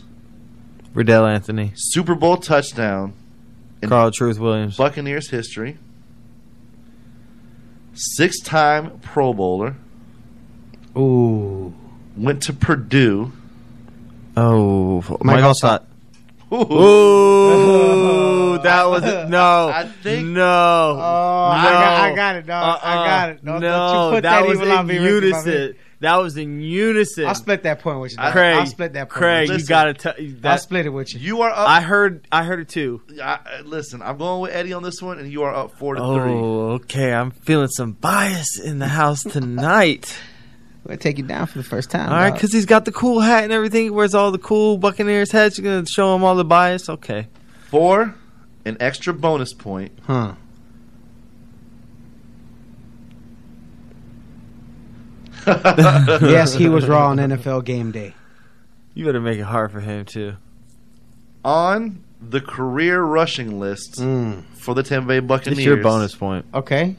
Riddell Anthony,
Super Bowl touchdown in
Carl Truth Williams.
Buccaneers history, six time Pro Bowler,
Mm. Ooh.
went to Purdue.
Oh,
Mike
Michael Scott. Ooh, that was no,
*laughs* I think-
no.
Oh, I got- I got it, dog. I got it. Don't- don't
Uh-uh. no,
you put
that,
that
was
evil on
in
me, Ricky, my man.
unison. That was in unison.
I'll split that point with you. dog.
Craig,
I'll split that point.
Craig,
with
you gotta tell
I'll
that.
split it with you.
You are up.
I heard, I heard it too.
I- I- listen, I'm going with Eddie on this one, and you are up four to three.
Oh, okay. I'm feeling some bias in the house *laughs* tonight.
We're gonna take you down for the first time.
all right, because he's got the cool hat and everything. He wears all the cool Buccaneers hats. You're gonna show him all the bias. Okay.
Four, an extra bonus point.
huh? *laughs* yes, he was raw on NFL game day.
You better make it hard for him too.
on the career rushing list
Hmm.
for the Tampa Bay Buccaneers.
Mm. It's your bonus point.
Okay,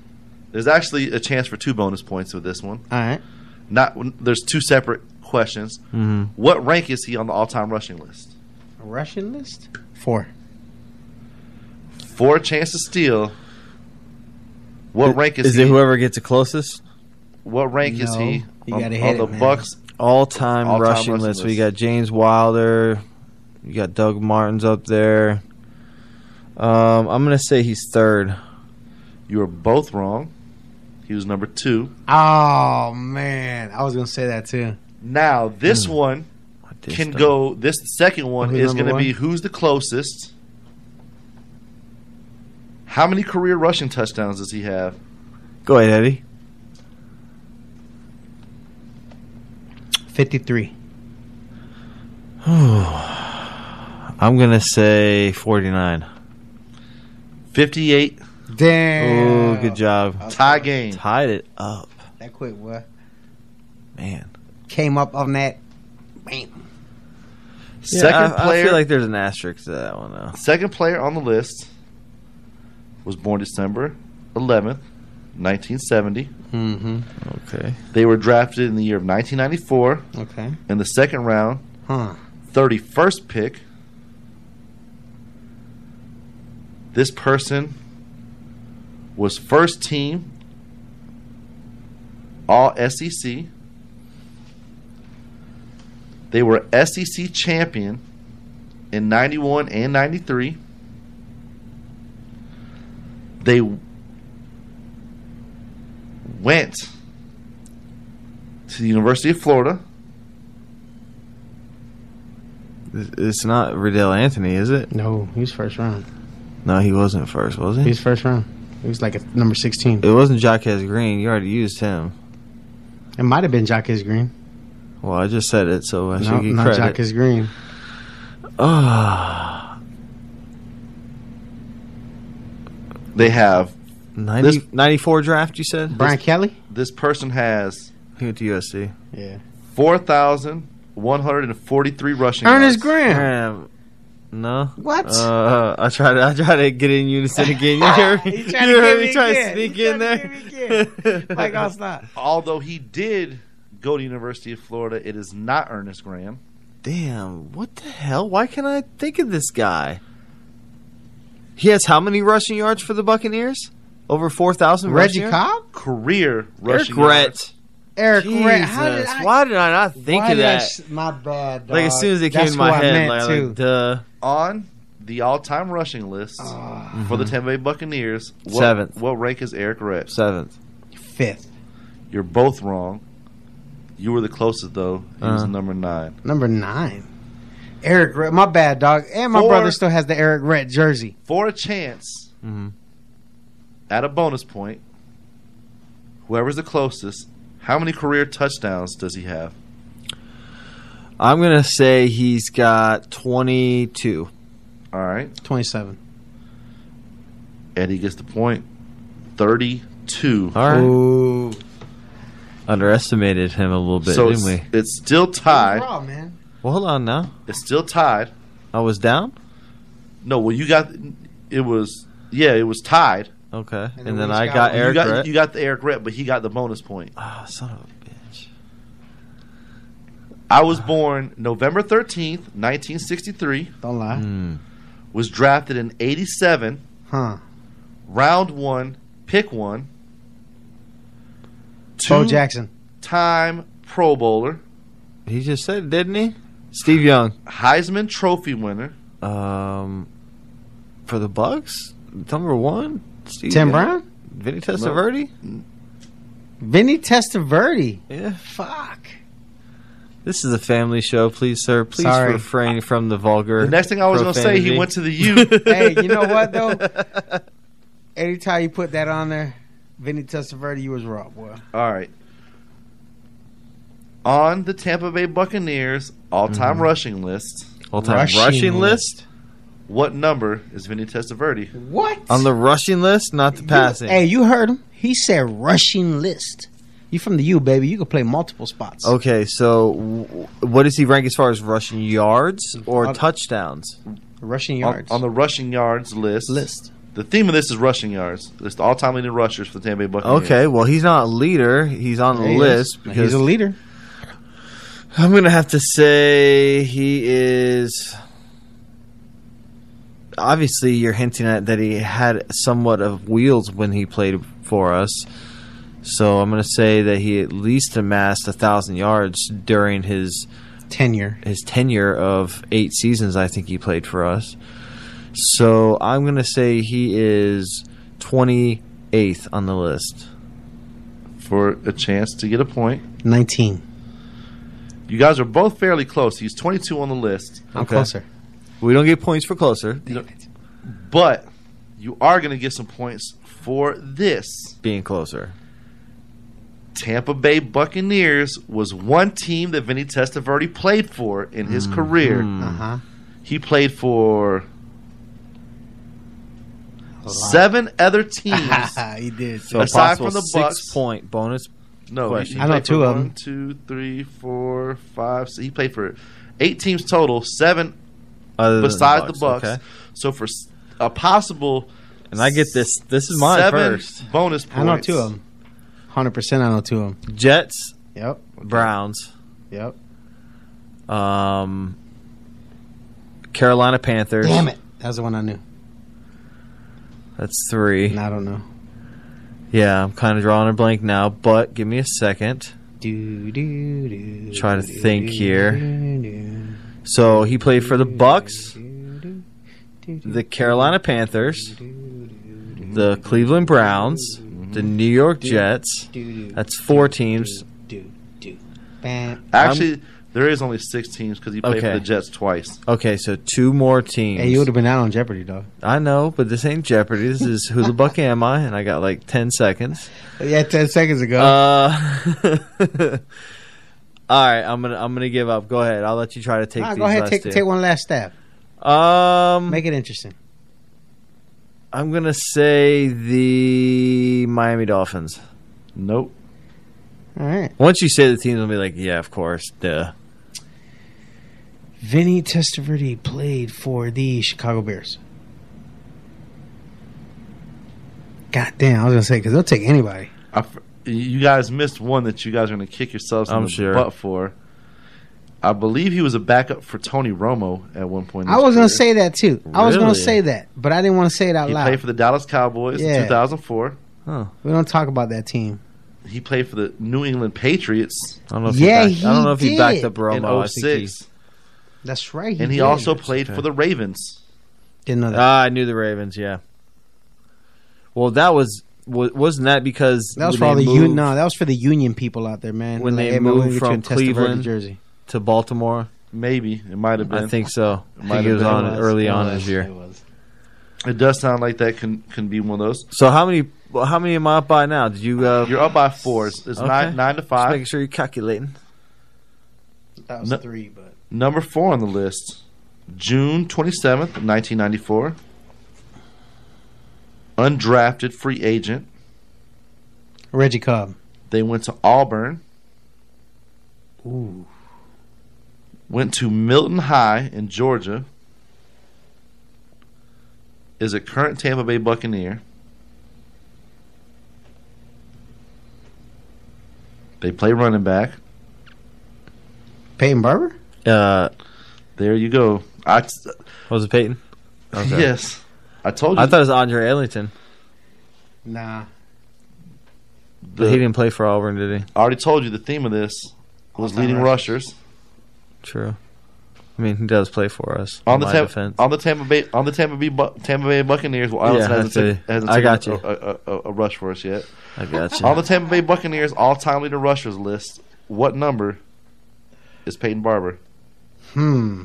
There's actually a chance for two bonus points with this one.
all right.
Not there's two separate questions.
Mhm.
What rank is he on the all-time rushing list?
A Russian list four.
Four chance to steal. What rank is,
is
he?
it? Whoever gets the closest.
what rank is
No,
he
you
on,
gotta
on
hit
the
it, man.
Bucks?
all time
All-time
rushing,
rushing
list. We
list.
got James Wilder. You got Doug Martin's up there. Um, I'm gonna say he's third.
You are both wrong. He was number two.
Oh man, I was gonna say that too.
Now
Hmm.
this one
I did
can
start.
go. This second one
Who's
is
number
going to
one?
be who's the closest. How many career rushing touchdowns does he have?
Go ahead, Eddie.
Fifty-three.
I'm gonna say 49.
58
Damn.
Oh, good job.
tie game.
Tied it up,
That quick what?
man.
Came up on that. Bam.
Second
I, I
player
feel like there's an asterisk to that one though.
second player on the list was born December 11th, 1970.
Mm-hmm.
Okay.
They were drafted in the year of 1994
Okay.
in the second round,
Huh.
31st pick. This person was first team All E SEC. They were SEC champion in 91 and 93. They went to the University of Florida.
It's not Riddell Anthony, is it?
No, he was first round.
No, he wasn't first, was he?
He's first round. He was like a, number sixteen.
It wasn't Jaquez Green. You already used him.
It might have been Jaquez Green.
Well, I just said it, so I
No,
should get
not
credit.
Jaquez Green.
Ah,
They have
90 94 draft. You said
Brian
Kelly.
This person has
he went to USC.
Yeah,
four thousand one hundred and forty-three rushing. yards.
Ernest Graham.
Um, No.
What?
Uh, I tried. I tried to get in unison again. *laughs* You heard me? You
tried to
heard
get
me
me
try to
again.
sneak in there.
Mike Allstott.
Although he did go to University of Florida, it is not Ernest Graham.
Damn! What the hell? Why can't I think of this guy? He has how many rushing yards for the Buccaneers? Over four thousand.
Reggie
rushing yards?
Cobb.
Career
Eric
rushing yards.
Rhett.
Eric
Jesus,
Red. How did I?
why did I not think
why
of
did I
that?
s- my bad.
like as
dog.
soon as it came
That's
to
who
my
I
head,
meant,
like,
too.
like, duh.
on the all-time rushing list
Ah.
for the Tampa Bay Buccaneers. What,
Mm-hmm. Seventh.
What rank is Eric Rett?
Seventh.
Fifth.
You're both wrong. You were the closest though. He was
Uh-huh.
number nine.
Number nine. Eric Red. My bad, dog. And my
Four.
brother still has the Eric Red jersey.
For a chance at a bonus point, whoever's the closest, how many career touchdowns does he have?
I'm gonna say he's got 22.
All right,
Twenty-seven.
Eddie gets the point. Thirty-two.
All right.
Ooh.
Underestimated him a little bit,
So
didn't
it's,
we?
it's still tied.
Raw, man.
Well, hold on now.
It's still tied.
I was down.
No, well, you got it was yeah, it was tied.
Okay, and,
then
then
we
I
just
got,
got-
you
Eric.
got
Brett.
you got the Eric Rett, but he got the bonus point.
Ah, son of a bitch.
I was born November thirteenth, nineteen sixty-three.
Don't lie.
Hmm.
Was drafted in eighty-seven,
Huh.
round one, pick one.
Bo Jackson.
Time Pro Bowler,
He just said, didn't he? Steve Young.
Heisman Trophy winner.
Um, for the Bucks, number one. Steve
Tim
Young?
Brown.
Vinny Testaverde.
Vinny Testaverde.
Yeah.
Fuck.
This is a family show, please, sir. Please
Sorry.
refrain from the vulgar.
The next thing I was going to say, he went to the U.
*laughs*
hey, you know what though? Anytime you put that on there, Vinny Testaverde, you was raw, boy.
All right. On the Tampa Bay Buccaneers all-time rushing list,
all time
rushing
Mm-hmm. rushing, list.
what number is Vinny Testaverde?
What?
on the rushing list, not the passing.
Hey, you heard him. He said rushing list. You from the U, baby. You can play multiple spots.
Okay, so w- what does he rank as far as rushing yards or
Uh,
touchdowns?
Rushing
on,
yards.
on the rushing yards list.
list.
The theme of this is rushing yards. It's the all-time leading rushers for the Tampa Bay Buccaneers.
Okay, well he's not a leader. He's on the
He is.
list
He's
because
a leader.
I'm gonna have to say he is. Obviously, you're hinting at that he had somewhat of wheels when he played for us. So I'm gonna say that he at least amassed a thousand yards during his
Tenure.
his tenure of eight seasons I think he played for us. So I'm going to say he is 28th on the list.
For a chance to get a point.
Nineteen.
You guys are both fairly close. He's 22 on the list,
I'm
Okay.
closer.
We don't get points for closer
but you are going to get some points for this.
being closer.
Tampa Bay Buccaneers was one team that Vinny Testaverde played for in his
Hmm.
career.
Mm-hmm.
Uh huh.
He played for seven other teams.
*laughs* he
*laughs*
did.
So aside
Aside
from
from the
the six
Bucks-
point bonus.
No,
Question.
I know
played for
two of
one,
them.
two, three, four, five, six. He played for eight teams total, seven
Other than
besides the Bucks.
okay.
So for s- a possible
And I get this. This is mine
seven
first.
bonus
I
points.
know two of them. Hundred percent. I know two of them.
Jets,
Yep.
Browns,
Yep.
um, Carolina Panthers.
Damn it. That was the one I knew.
That's three.
And I don't know.
Yeah, I'm kind of drawing a blank now, but give me a second.
Do, do, do,
Try to
do,
think
do,
here.
do, do,
So he played for the Bucks,
do, do, do, do,
the Carolina Panthers,
do, do, do,
the Cleveland Browns,
Mm-hmm.
the New York Jets.
do, do,
That's four teams.
do, do. Bam.
Actually, There is only six teams because you played
Okay.
for the Jets twice.
Okay, so two more teams.
Hey, you would've
been out on Jeopardy, dog. I know, but this ain't Jeopardy. This is Who the Buck Am I? And I got like 10 seconds. *laughs*
Yeah, ten seconds ago.
Uh, all right, I'm gonna I'm gonna give up. Go ahead. I'll let you try to take.
All right,
these
go ahead,
last
take
two.
take one last stab.
Hmm.
Um,
Make it interesting.
I'm gonna say the Miami Dolphins. Nope.
All right,
Once you say the teams, I'll be like, yeah, of course, duh.
Vinny Testaverde played for the Chicago Bears. God damn, I was gonna say because they'll take anybody.
I f you guys missed one that you guys are going to kick yourselves in
I'm
the
sure.
butt for. I believe he was a backup for Tony Romo at one point. in
I
his
was gonna
career.
say that too. I was gonna
Really?
say that, but I didn't want to say it out
He
loud.
played for the Dallas Cowboys
Yeah.
in 2004.
we don't talk about that team.
He played for the New England Patriots.
I don't know
if he Yeah, backed- I don't he know if he did. backed up
Romo. I
In
think he-
06.
That's right.
and he
did.
also played
Okay.
for the Ravens.
Didn't know that.
Ah, I knew the Ravens. Yeah. Well, that was wa- wasn't that because
That was for all
when
the
they
union.
moved-
No, that was for the union people out there, man.
when
Like,
they
hey, man, we're gonna
moved
get you a
from
Testaverde
Cleveland
jersey.
to Baltimore.
Maybe it might have been.
I think so.
It
I
might
think it
have
was
been.
on
It was.
early
It
on
was.
this year.
It does sound like that can can be one of those.
So how many well, how many am I up by now? Did you uh,
You're up by four. It's, it's
Okay.
nine nine to
Just
five.
making sure you're calculating.
That
was No- three, Number four on the list, June twenty seventh, nineteen ninety four. Undrafted free agent.
Reggie Cobb.
They went to Auburn.
Ooh.
Went to Milton High in Georgia. Is a current Tampa Bay Buccaneer. They play running back.
Peyton Barber.
Uh,
there you go. I
was it Peyton? Okay.
Yes, I told you.
I thought it was Andre Ellington.
Nah.
But he didn't play for Auburn, did he?
I already told you the theme of this was
All-time
leading rushers.
True. I mean, he does play for us.
on the
my
Tam-
defense.
on the Tampa Bay on the Tampa Bay Bu- Tampa Bay Buccaneers. Well, Allison
Yeah,
hasn't,
I
took-
see.
hasn't
I
taken
got
a-
you.
A, a, a, a rush for us yet.
I got you.
On the Tampa Bay Buccaneers all-time leader rushers list, what number is Peyton Barber?
Hmm.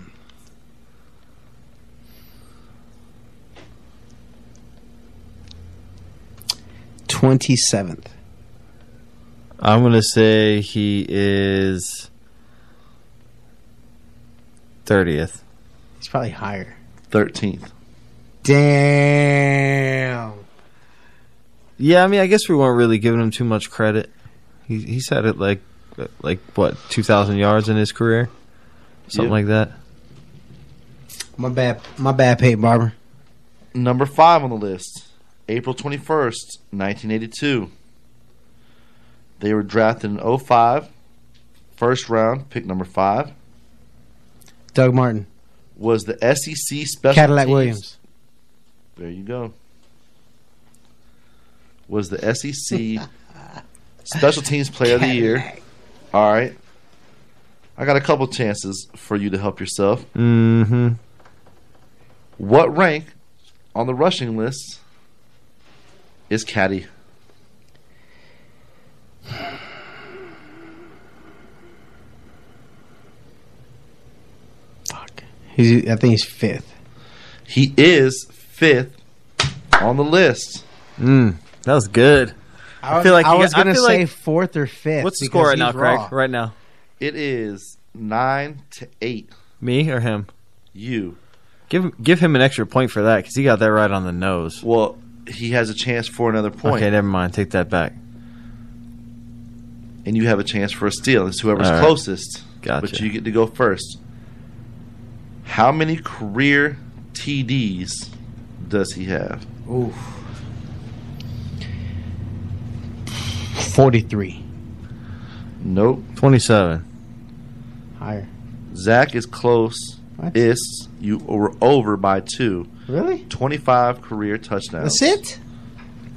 Twenty seventh.
I'm gonna say he is thirtieth,
He's probably higher.
thirteenth.
Damn.
Yeah, I mean, I guess we weren't really giving him too much credit. He he's had it like like what two thousand yards in his career, something
Yeah.
like that.
My bad. My bad, Peyton Barber.
Number five on the list, April 21st, 1982. They were drafted in 05, first round, pick number five,
Doug Martin.
was the SEC special
Cadillac
teams-
Williams.
There you go. Was the SEC special teams player of the year. All right. I got a couple chances for you to help yourself.
Mm-hmm.
What rank on the rushing list is Caddy?
He's, I think he's fifth.
He is fifth on the list.
Mm, that was good.
I,
feel like
I
you
was
got- I
gonna
feel
say
like-
fourth or fifth.
What's the
because
score right
he's
now, Craig?
raw.
Right now,
It is nine to eight.
me or him?
You.
Give give him an extra point for that because he got that right on the nose.
Well, he has a chance for another point.
Okay, never mind. Take that back.
and you have a chance for a steal. It's whoever's
All right.
closest.
Gotcha.
But you get to go first. How many career TDs does he have?
Oof. Forty three.
Nope.
Twenty-seven.
Higher.
Zach is close.
What?
Is you were over by two.
Really?
Twenty-five career touchdowns.
That's it.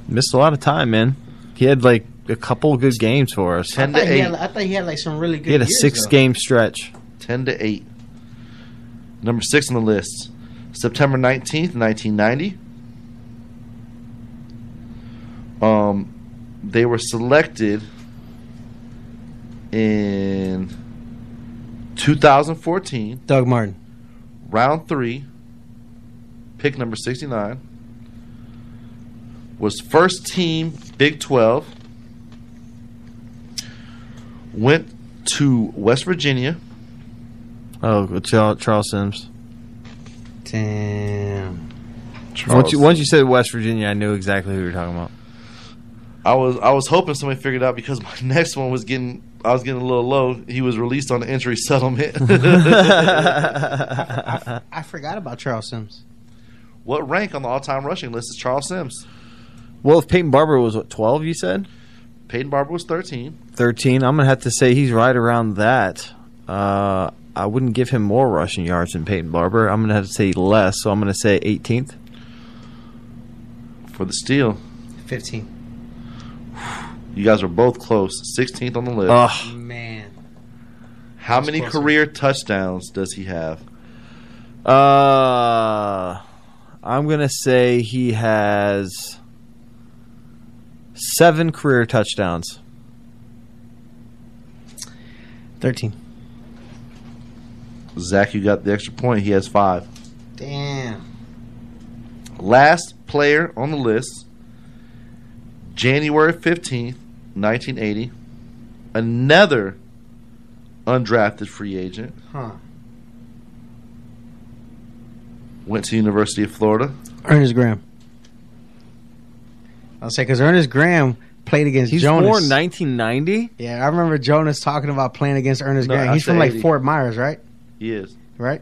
Missed a lot of time, man. He had like a couple good games for us.
I thought, he had, I thought he had like some really good.
He had a
years, though.
six-game stretch.
Ten to eight. Number six on the list. September nineteenth, nineteen ninety. Um, they were selected in 2014,
Doug Martin.
round three, pick number 69, was first team Big 12, went to West Virginia.
Oh, Charles, Charles Sims.
Damn.
Once you, once you said West Virginia, I knew exactly who you were talking about.
I was I was hoping somebody figured it out because my *laughs* next one was getting I was getting a little low. He was released on the injury *laughs* settlement.
*laughs* I, I forgot about Charles Sims.
what rank on the all-time rushing list is Charles Sims?
Well, if Peyton Barber was what twelve, you said
Peyton Barber was 13.
thirteen. I'm gonna have to say he's right around that. Uh, I wouldn't give him more rushing yards than Peyton Barber. I'm gonna have to say less, so I'm gonna say 18th.
For the steal,
15.
you guys were both close. 16th on the list.
Ugh.
Man.
How many
closer.
career touchdowns does he have?
Uh, I'm gonna say he has seven career touchdowns.
13.
Zach, you got the extra point. He has five.
Damn.
Last player on the list, January 15th, 1980. Another undrafted free agent.
Huh.
Went to University of Florida.
Ernest Graham. I'll say because Ernest Graham played against
He's
Jonas.
born 1990.
yeah, I remember Jonas talking about playing against Ernest
No,
Graham.
I
He's from
said
like
80.
Fort Myers, right?
He is.
*laughs*
Right?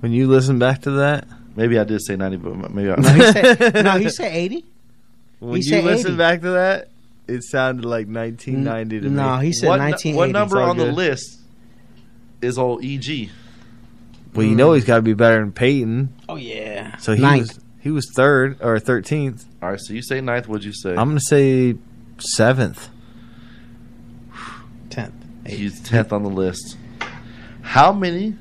When you listen back to that,
Maybe I did say 90, but maybe I.
No, he said, no, he said 80. *laughs*
when
He
you
said
listen
80.
back to that, it sounded like 1990 to
No,
me.
he said
what, nu-
1980.
what number
It's all
on the
good.
list is E old EG?
Well, you
Hmm.
know he's got to be better than Peyton.
Oh, yeah.
So he
Ninth.
was he was third or 13th.
All right, so you say ninth. What'd you say?
I'm gonna say seventh.
10th.
He's tenth on the list. How many?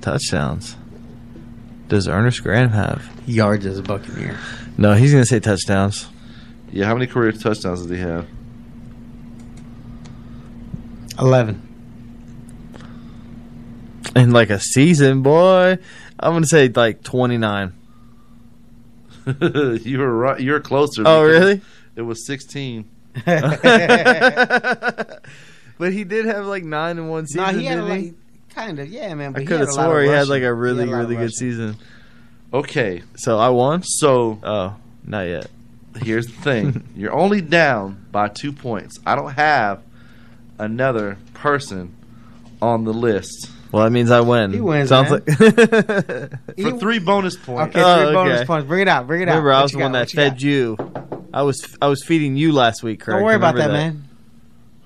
touchdowns does Ernest Graham have?
Yards as a Buccaneer.
No, he's going to say touchdowns.
Yeah, how many career touchdowns does he have?
11.
In like a season, boy, I'm going to say like 29.
*laughs* you were right. You were closer.
Oh,
because
really?
It
*laughs*
was sixteen. *laughs*
But he did have like nine in one
No,
season,
he had a
didn't he?
lot, kind of, yeah, man. But
I
he
could have
had a lot of
swore he had
rushing.
like a
He
really,
had a lot of
really good
rushing.
season.
Okay,
So I won?
so
Oh, not yet.
here's the
*laughs*
thing: you're only down by two points. I don't have another person on the list
Well, that means I win.
He wins,
Sounds
man.
like.
for
*laughs* He-
three bonus points.
Okay, three
Oh, okay.
bonus points. Bring it out. Bring it
Remember,
out.
I
What
was
you
the one
got?
that
What you
fed
got?
you. I was I was feeding you last week, correct?
Don't worry about that,
Remember
man.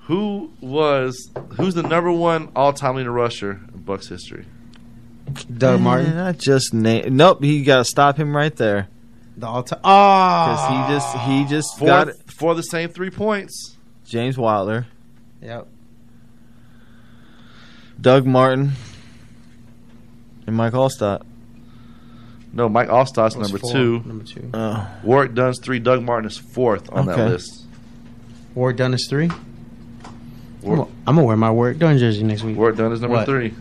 Who was who's the number one all-time leading rusher in Bucks history?
Doug
Man,
Martin.
I just named. Nope, he got to stop him right there
The all time. Oh.
because
Ah.
he just he just
For
got it.
for the same three points.
James Wilder,
Yep.
Doug Martin, and Mike Allstott.
No, Mike Allstott's
That was
number
four.
two.
Number two.
Oh,
Warwick Dunn's three. Doug Martin is fourth on that
Okay.
list.
Ward Dunn is three. I'm
Warwick,
gonna wear my Ward Dunn jersey next week.
Warwick Dunn is number
What?
three.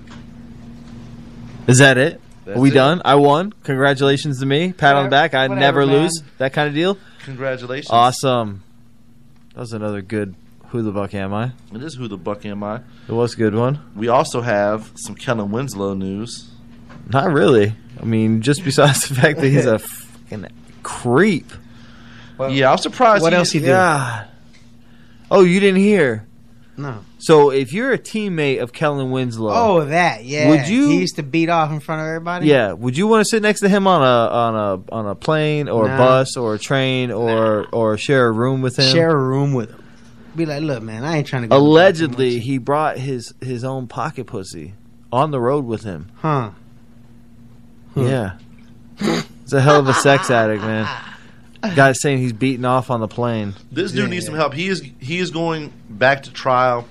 is that it?
That's
Are we
it.
done? I won. Congratulations to me. Pat on the back. I
Whatever,
never
man.
lose. That kind of deal.
Congratulations.
Awesome. That was another good. Who the buck am I?
It is who the buck am I?
It was a good one.
We also have some Kellen Winslow news.
Not really. I mean, just besides the fact that he's a fucking creep.
yeah, I'm surprised.
*laughs* what else he did?
God. Oh, you didn't hear.
No.
So if you're a teammate of Kellen Winslow,
Oh, that. Yeah.
Would you-
He used to beat off in front of everybody.
yeah, would you want to sit next to him on a on a on a plane or a
Nah.
bus or a train or or share a room with him?
Share a room with him. Be like, look, man, I ain't trying to. Go
Allegedly, he brought his his own pocket pussy on the road with him.
Huh.
Yeah, it's a hell of a sex addict, man. Guy's saying he's beating off on the plane.
This dude needs some help. He is he is going back to trial.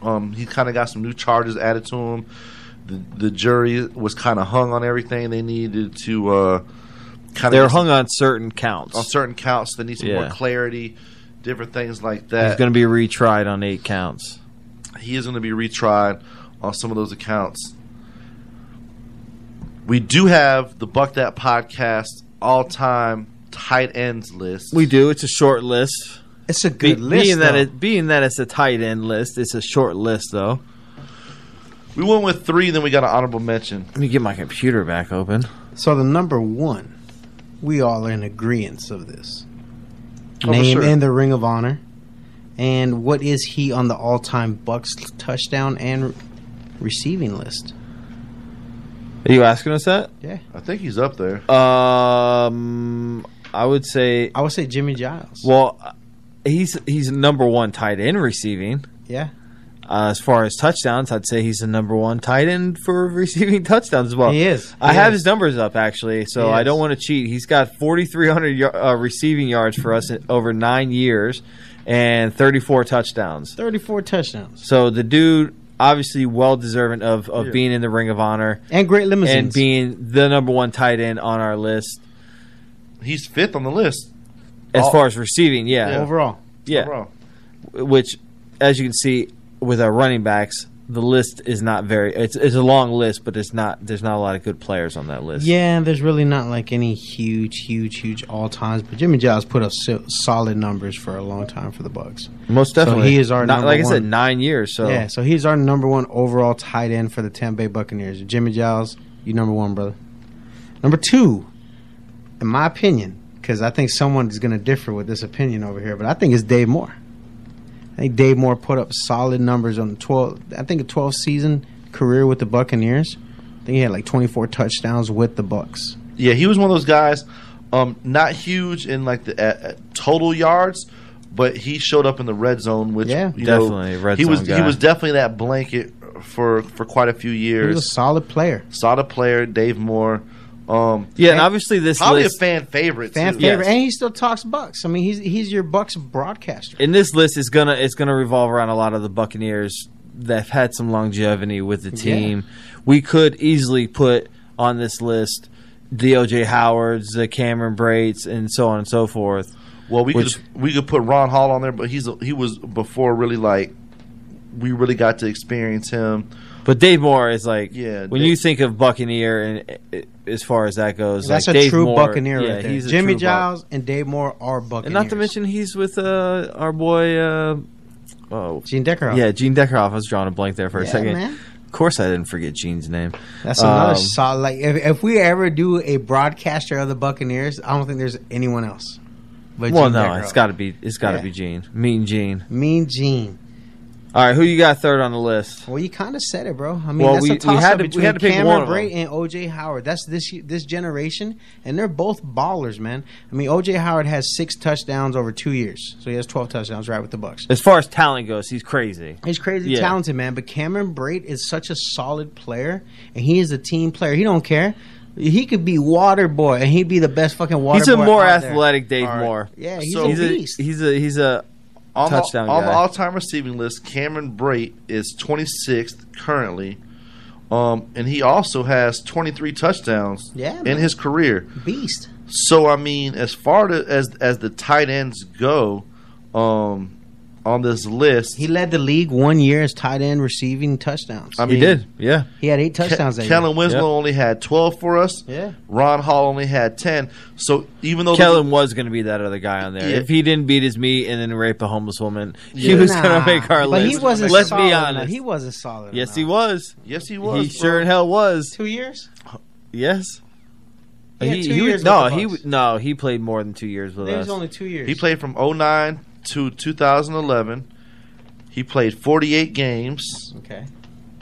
Um, he kind of got some new charges added to him. The, the jury was kind of hung on everything. They needed to uh, kind of
They're hung on certain counts.
on certain counts. They need some more
Yeah.
clarity, different things like
He's
that.
going to be retried on eight counts.
He is going to be retried on some of those accounts. We do have the Buck That Podcast all time tight ends list.
We do. It's a short list.
It's a
good list,
Being that,
though.
it, being that it's a tight end list, it's a short list, though.
We went with three, then we got an honorable mention.
Let me get my computer back open.
So the number one, we all are in agreement of this.
Oh, for
Name
sure.
in the Ring of Honor, and what is he on the all-time Bucks touchdown and re- receiving list?
Are you asking us that?
Yeah.
I think he's up there.
Um, I would say.
I would say Jimmy Giles.
Well, uh, he's he's number one tight end receiving.
Yeah.
Uh, as far as touchdowns, I'd say he's the number one tight end for *laughs* receiving touchdowns as well.
He is.
I
He
have
is.
his numbers up actually, so
He
I
is.
don't want to cheat. He's got 4,300 yar- uh, receiving yards for us in, over nine years, and 34 touchdowns.
Thirty-four touchdowns
So the dude obviously well deserving of, of
Yeah.
being in the Ring of Honor
and great limousines.
and being the number one tight end on our list
He's fifth on the list.
as
All-
far as receiving. Yeah,
Overall.
Yeah. Which, as you can see, with our running backs, the list is not very. It's, it's a long list, but it's not. There's not a lot of good players on that list.
Yeah, there's really not like any huge, huge, huge all times, but Jimmy Giles put up so- solid numbers for a long time for the Bucks.
Most
So
definitely.
he is our
Not-
number
like I said,
one.
nine years. So
Yeah, so he's our number one overall tight end for the Tampa Bay Buccaneers. Jimmy Giles, you number one, brother. Number two, in my opinion, because I think someone is going to differ with this opinion over here, but I think it's Dave Moore. I think Dave Moore put up solid numbers on the 12, I think a 12 season career with the Buccaneers. I think he had like 24 touchdowns with the Bucks.
Yeah, he was one of those guys, um, not huge in like the uh, uh, total yards, but he showed up in the red zone, which
Yeah.
you know,
Definitely a red
he
zone
was he
guy.
was definitely that blanket for for quite a few
He was a
years.
solid player.
Solid player, Dave Moore. Um,
Yeah, and obviously this
probably
list-
a fan favorite.
Fan
too.
favorite, and he still talks Bucks. I mean, he's he's your Bucks broadcaster.
in this list is gonna it's gonna revolve around a lot of the Buccaneers that have had some longevity with the
Yeah.
team. We could easily put on this list the OJ Howards, the Cameron Braids, and so on and so forth.
Well, we
which-
could we could put Ron Hall on there, but he's a, he was before really like we really got to experience him.
But Dave Moore is like
Yeah,
when
Dave-
you think of Buccaneer and uh, as far as that goes,
That's
like
a
Dave
true
Moore-
Buccaneer
yeah,
right there.
he's a
Jimmy
true Buc-
Giles and Dave Moore are Buccaneers.
And not to mention he's with uh, our boy uh, oh
Gene Deckerhoff.
Yeah, Gene Deckerhoff. I was drawing a blank there for a
Yeah,
second.
man.
Of course, I didn't forget Gene's name.
That's another
Um,
solid. Like if, if we ever do a broadcaster of the Buccaneers, I don't think there's anyone else. But
well,
Gene
no,
Deckerhoff.
it's got to be it's got to
Yeah.
be Gene. Mean Gene.
Mean Gene.
All right, who you got third on the list?
Well, you kind of said it, bro. I mean,
Well,
that's
we-
a
we
toss
had
up
to- we
between
had to pick
Cameron
one of
Bray and OJ Howard. That's this this generation, and they're both ballers, man. I mean, OJ Howard has six touchdowns over two years, so he has twelve touchdowns right with the Bucks.
As far as talent goes, he's crazy.
He's crazy
Yeah.
talented, man. But Cameron Braid is such a solid player, and he is a team player. He don't care. He could be water boy, and he'd be the best fucking water.
he's a
boy
more
out there.
athletic Dave
All right.
Moore.
Yeah, he's
So-
a
he's a
beast.
he's a he's a
On
touchdown
the, on the
guy.
all-time receiving list, Cameron Brait is 26th currently, um, and he also has 23 touchdowns
Yeah,
in
man.
his career.
beast.
So I mean, as far to, as as the tight ends go, um, on this list,
He led the league one year as tight end receiving touchdowns.
I
he
mean,
did. Yeah,
He had eight touchdowns.
Ke-
that
Kellen
year.
Winslow
Yep.
only had 12 for us.
Yeah.
Ron Hall only had 10. So even though
Kellen was going to be that other guy on there.
Yeah.
If he didn't beat his meat and then rape a homeless woman, he
Yeah.
was
Nah,
going to make our
but
list.
he wasn't.
Let's
solid
be
enough.
honest.
He wasn't solid.
yes,
enough.
he was.
yes, he
He
was.
sure in hell was.
Two years.
Yes.
He had two
was-
years with
no,
the
he
Bucks.
w- no, he played more than two years with
It
us.
was only two years.
He played from 09 to 2011. He played 48 games.
Okay.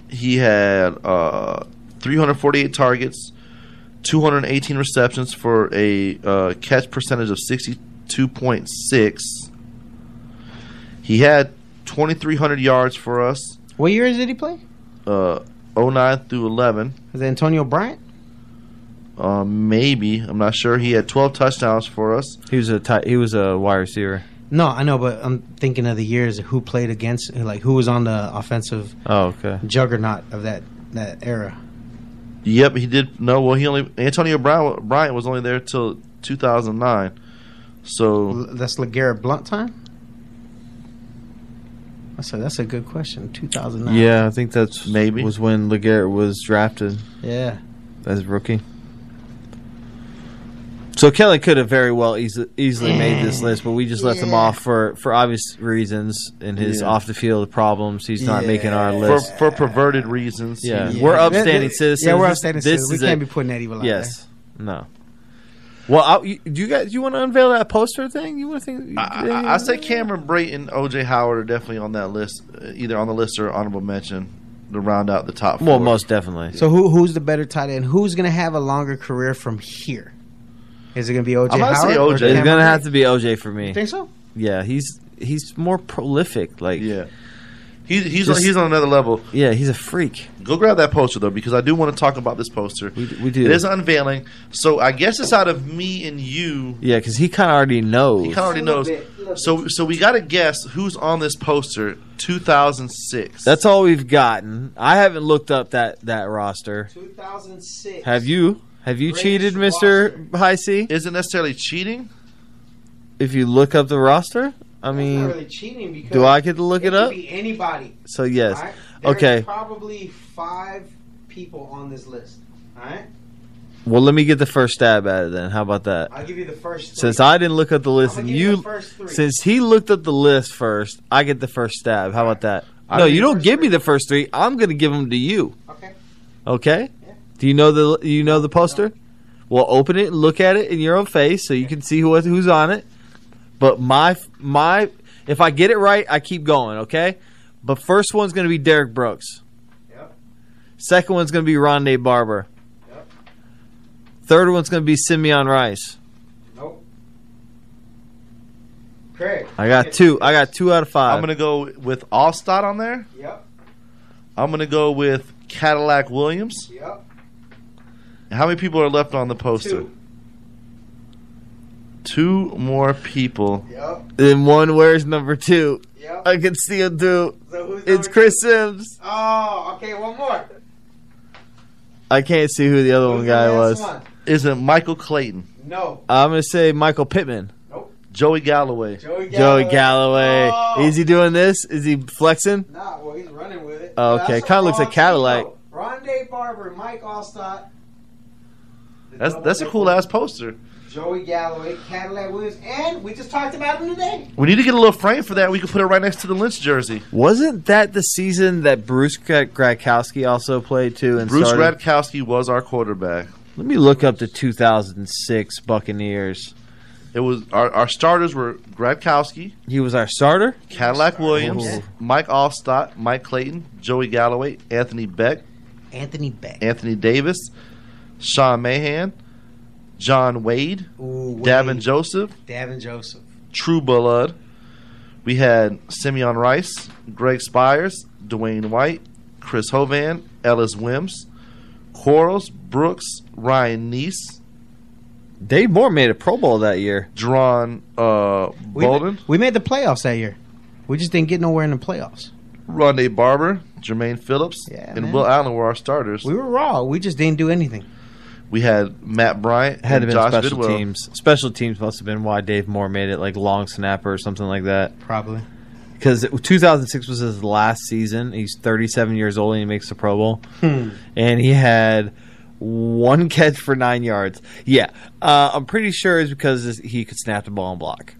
He had uh, 348 targets, 218 receptions for a uh, catch percentage of 62.6. He had 2,300 yards for us,
What years did he play?
uh, 09 through 11.
Was it Antonio Bryant?
Uh, maybe I'm not sure. He had 12 touchdowns for us.
he was a tight, he was a wide receiver.
No, I know, but I'm thinking of the years of who played against, like who was on the offensive
Oh, okay.
juggernaut of that that era.
Yep, he did. No, well, he only Antonio Brown Bryant was only there till 2009. So
L- That's Legarrette Blunt time. That's a, that's a good question. 2009.
Yeah, I think that's maybe was when Legarrette was drafted.
Yeah.
as a rookie. So Kelly could have very well easily, easily made this list, but we just let them
Yeah.
off for, for obvious reasons in his
Yeah.
off the field problems. He's not making our
For-
list.
for, perverted reasons.
Yeah. We're upstanding citizens.
Yeah, we're upstanding
This
citizens. We
is
can't
it.
be putting that evil out
Yes. No. Well, I, you, do you guys you want to unveil that poster thing? You want to think?
I, I- I say Cameron Brayton, OJ Howard are definitely on that list, uh, either on the list or honorable mention to round out the top. Four.
Well, most definitely.
So who who's the better tight end? Who's going to have a longer career from here? Is it going to be OJ
I'm
Howard?
gonna say
or
OJ. It's
Cameron
gonna
Brate?
have to be OJ for me.
You think so?
Yeah, he's he's more prolific. Like yeah,
he's he's on- he's on another level.
Yeah, he's a freak.
Go grab that poster though, because I do want to talk about this poster. We,
we do.
It is unveiling, so I guess it's out of me and you.
Yeah, because he kind of already knows.
He kind of already knows. So so we got to guess who's on this poster. 2006.
That's all we've gotten. I haven't looked up that that roster.
2006.
Have you? Have you cheated, Mister High C?
Isn't necessarily cheating.
If you look up the roster, I mean,
really cheating because
do I get to look it,
could
up?
be anybody.
So yes.
All right? There's
okay.
Probably five people on this list. All right.
Well, let me get the first stab at it then. How about that?
I'll give you the first. Three.
Since I didn't look up the list and
give you
you,
the first three.
since he looked up the list first, I get the first stab. How about that? no, you don't give me the first three. I'm gonna give them to you.
Okay.
Okay. Do you know the you know the poster? Well, open it and look at it in your own face so you can see who who's on it. But my my if I get it right, I keep going. Okay. But first one's gonna be Derek Brooks. Second one's gonna be Rondé Barber. Third one's gonna be Simeon Rice.
Nope. Craig.
I got two. I got two out of five.
I'm gonna go with Allstott on there.
Yep.
I'm gonna go with Cadillac Williams.
Yep.
How many people are left on the poster? Two, more people.
Then one wears number two. I can see him do. it's Chris Sims.
Oh, okay. One more.
I can't see who the other one guy was.
one?
Is it Michael Clayton?
No.
I'm gonna say Michael Pittman.
Nope.
Joey Galloway.
Joey Oh.
Joey Galloway. Is he doing this? Is he flexing?
Nah. Well, he's running with it.
Oh, okay, kind of looks like Cadillac.
Rondé Barber, Mike Allstott,
That's that's a cool ass poster.
Joey Galloway, Cadillac Williams, and we just talked about him today.
We need to get a little frame for that. We can put it right next to the Lynch jersey.
Wasn't that the season that Bruce Gra- Gradkowski also played too? And
Bruce
started?
Radkowski was our quarterback.
Let me look up the 2006 Buccaneers.
It was our, our starters were Gradkowski,
He was our starter.
Cadillac Williams,
Ooh.
Mike Allstott, Mike Clayton, Joey Galloway, Anthony Beck,
Anthony Beck.
Anthony Davis, Sean Mahan, John Wade, Davin Joseph,
Davin Joseph.
True Blood. We had Simeon Rice, Greg Spires, Dwayne White, Chris Hovan, Ellis Wims, Quarles, Brooks, Ryan Neese.
Dave Moore made a Pro Bowl that year.
Drawn uh,
We,
Bolden,
we made the playoffs that year. We just didn't get nowhere in the playoffs.
Rondé Barber, Jermaine Phillips, and
man.
Will Allen were our starters.
We were raw. We just didn't do anything.
We had Matt Bryant,
It had to
and
been
Josh
special
Bidwell.
teams. Special teams must have been why Dave Moore made it like long snapper or something like that.
Probably.
Because 2006 was his last season. He's 37 years old and he makes the Pro Bowl.
Hmm.
And he had one catch for nine yards. Yeah. Uh, I'm pretty sure it's because he could snap the ball and block.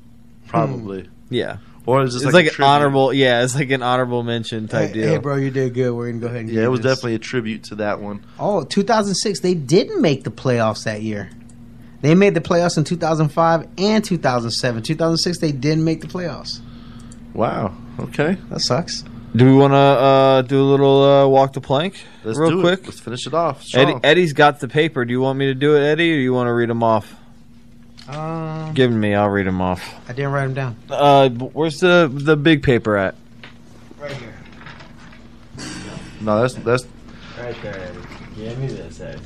Probably.
Hmm. Yeah.
Or is this
it's like,
like a
an
tribute?
honorable, yeah, it's like an honorable mention type
Hey,
deal.
hey, bro, you did good. We're gonna go ahead and
Yeah, it was
definitely.
definitely a tribute to that one.
Oh, 2006, they didn't make the playoffs that year. They made the playoffs in 2005 and 2007. 2006, they didn't make the playoffs.
Wow. Okay.
That sucks.
Do we want to uh, do a little uh, walk the plank
Let's
real
do it.
quick?
Let's finish it off.
Eddie,
strong.
Eddie's got the paper. Do you want me to do it, Eddie, or you want to read them off?
Um,
Give 'em to me. I'll read them off.
I didn't write them down.
Uh, b- where's the the big paper at?
Right here.
No, that's that's
Right there, Eddie. Give me this, Eddie.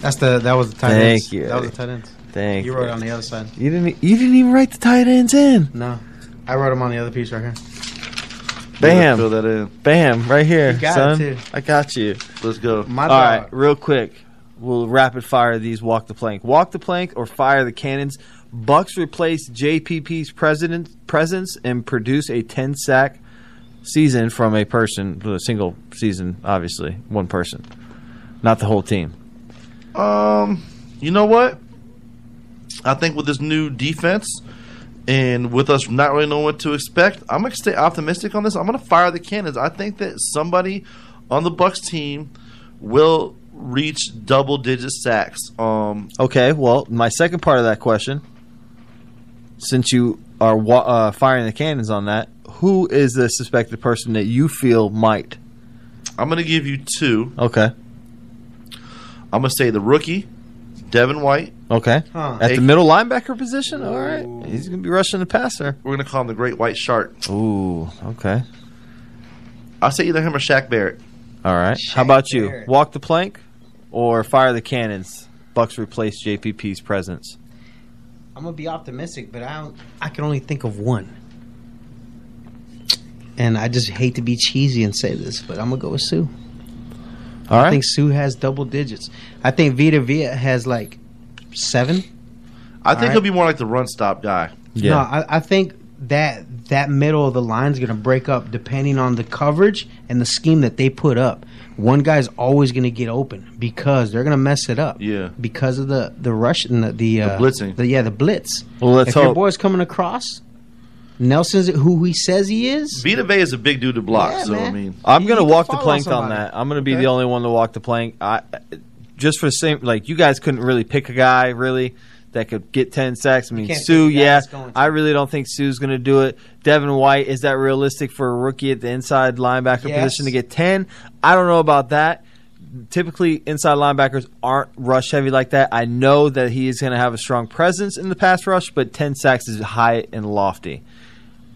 That's the that was the tight
Thank
ends.
you,
That was
Eddie.
the tight ends.
Thank
you
you.
wrote it on the other side.
You didn't. e, You didn't even write the tight ends in.
No, I wrote them on the other piece right here.
Bam.
Fill that in.
Bam. Right here,
You got it,
son.
too.
I got you.
Let's go.
My
All
bad.
right, real quick. We'll rapid fire these walk the plank. Walk the plank or fire the cannons. Bucks replace JPP's president presence and produce a 10 sack season from a person, a single season, obviously, one person, not the whole team.
Um, you know what? I think with this new defense and with us not really knowing what to expect, I'm gonna stay optimistic on this. I'm gonna fire the cannons. I think that somebody on the Bucks team will reach double digit sacks. Um,
Okay, well, my second part of that question, since you are wa- uh, firing the cannons on that, who is the suspected person that you feel might?
I'm gonna give you two.
Okay,
I'm gonna say the rookie, Devin White.
okay,
Huh.
at
Hey.
the middle linebacker position. All right, he's gonna be rushing the passer.
We're gonna call him the Great White Shark.
Ooh, okay,
I'll say either him or Shaq Barrett.
all right. How about you? Walk the plank, or fire the cannons? Bucks replace JPP's presence.
I'm gonna be optimistic, but I don't, I can only think of one. And I just hate to be cheesy and say this, but I'm gonna go with Sue.
All right.
I think Sue has double digits. I think Vita Villa has like seven.
I think
All right.
he'll be more like the run stop guy.
No, I, I think that that middle of the line is going to break up depending on the coverage and the scheme that they put up. One guy's always going to get open because they're going to mess it up.
Yeah.
because of the the rush and the the, uh,
blitzing.
the- yeah, the blitz.
Well, let's
if your
hope.
boy's coming across, Nelson's who he says he is.
Vita Vey is a big dude to block,
Yeah,
so I
man.
mean,
I'm gonna
you
walk
can
the
follow
plank on
somebody.
that. I'm gonna be
Okay.
the only one to walk the plank. I just for the same like you guys couldn't really pick a guy really that could get ten sacks. I mean
can't
Sue,
pick a guy
yeah,
that's going
I really don't think Sue's gonna do it. Devin White is that realistic for a rookie at the inside linebacker
Yes.
position to get ten? I don't know about that. Typically, inside linebackers aren't rush heavy like that. I know that he is going to have a strong presence in the pass rush, but 10 sacks is high and lofty.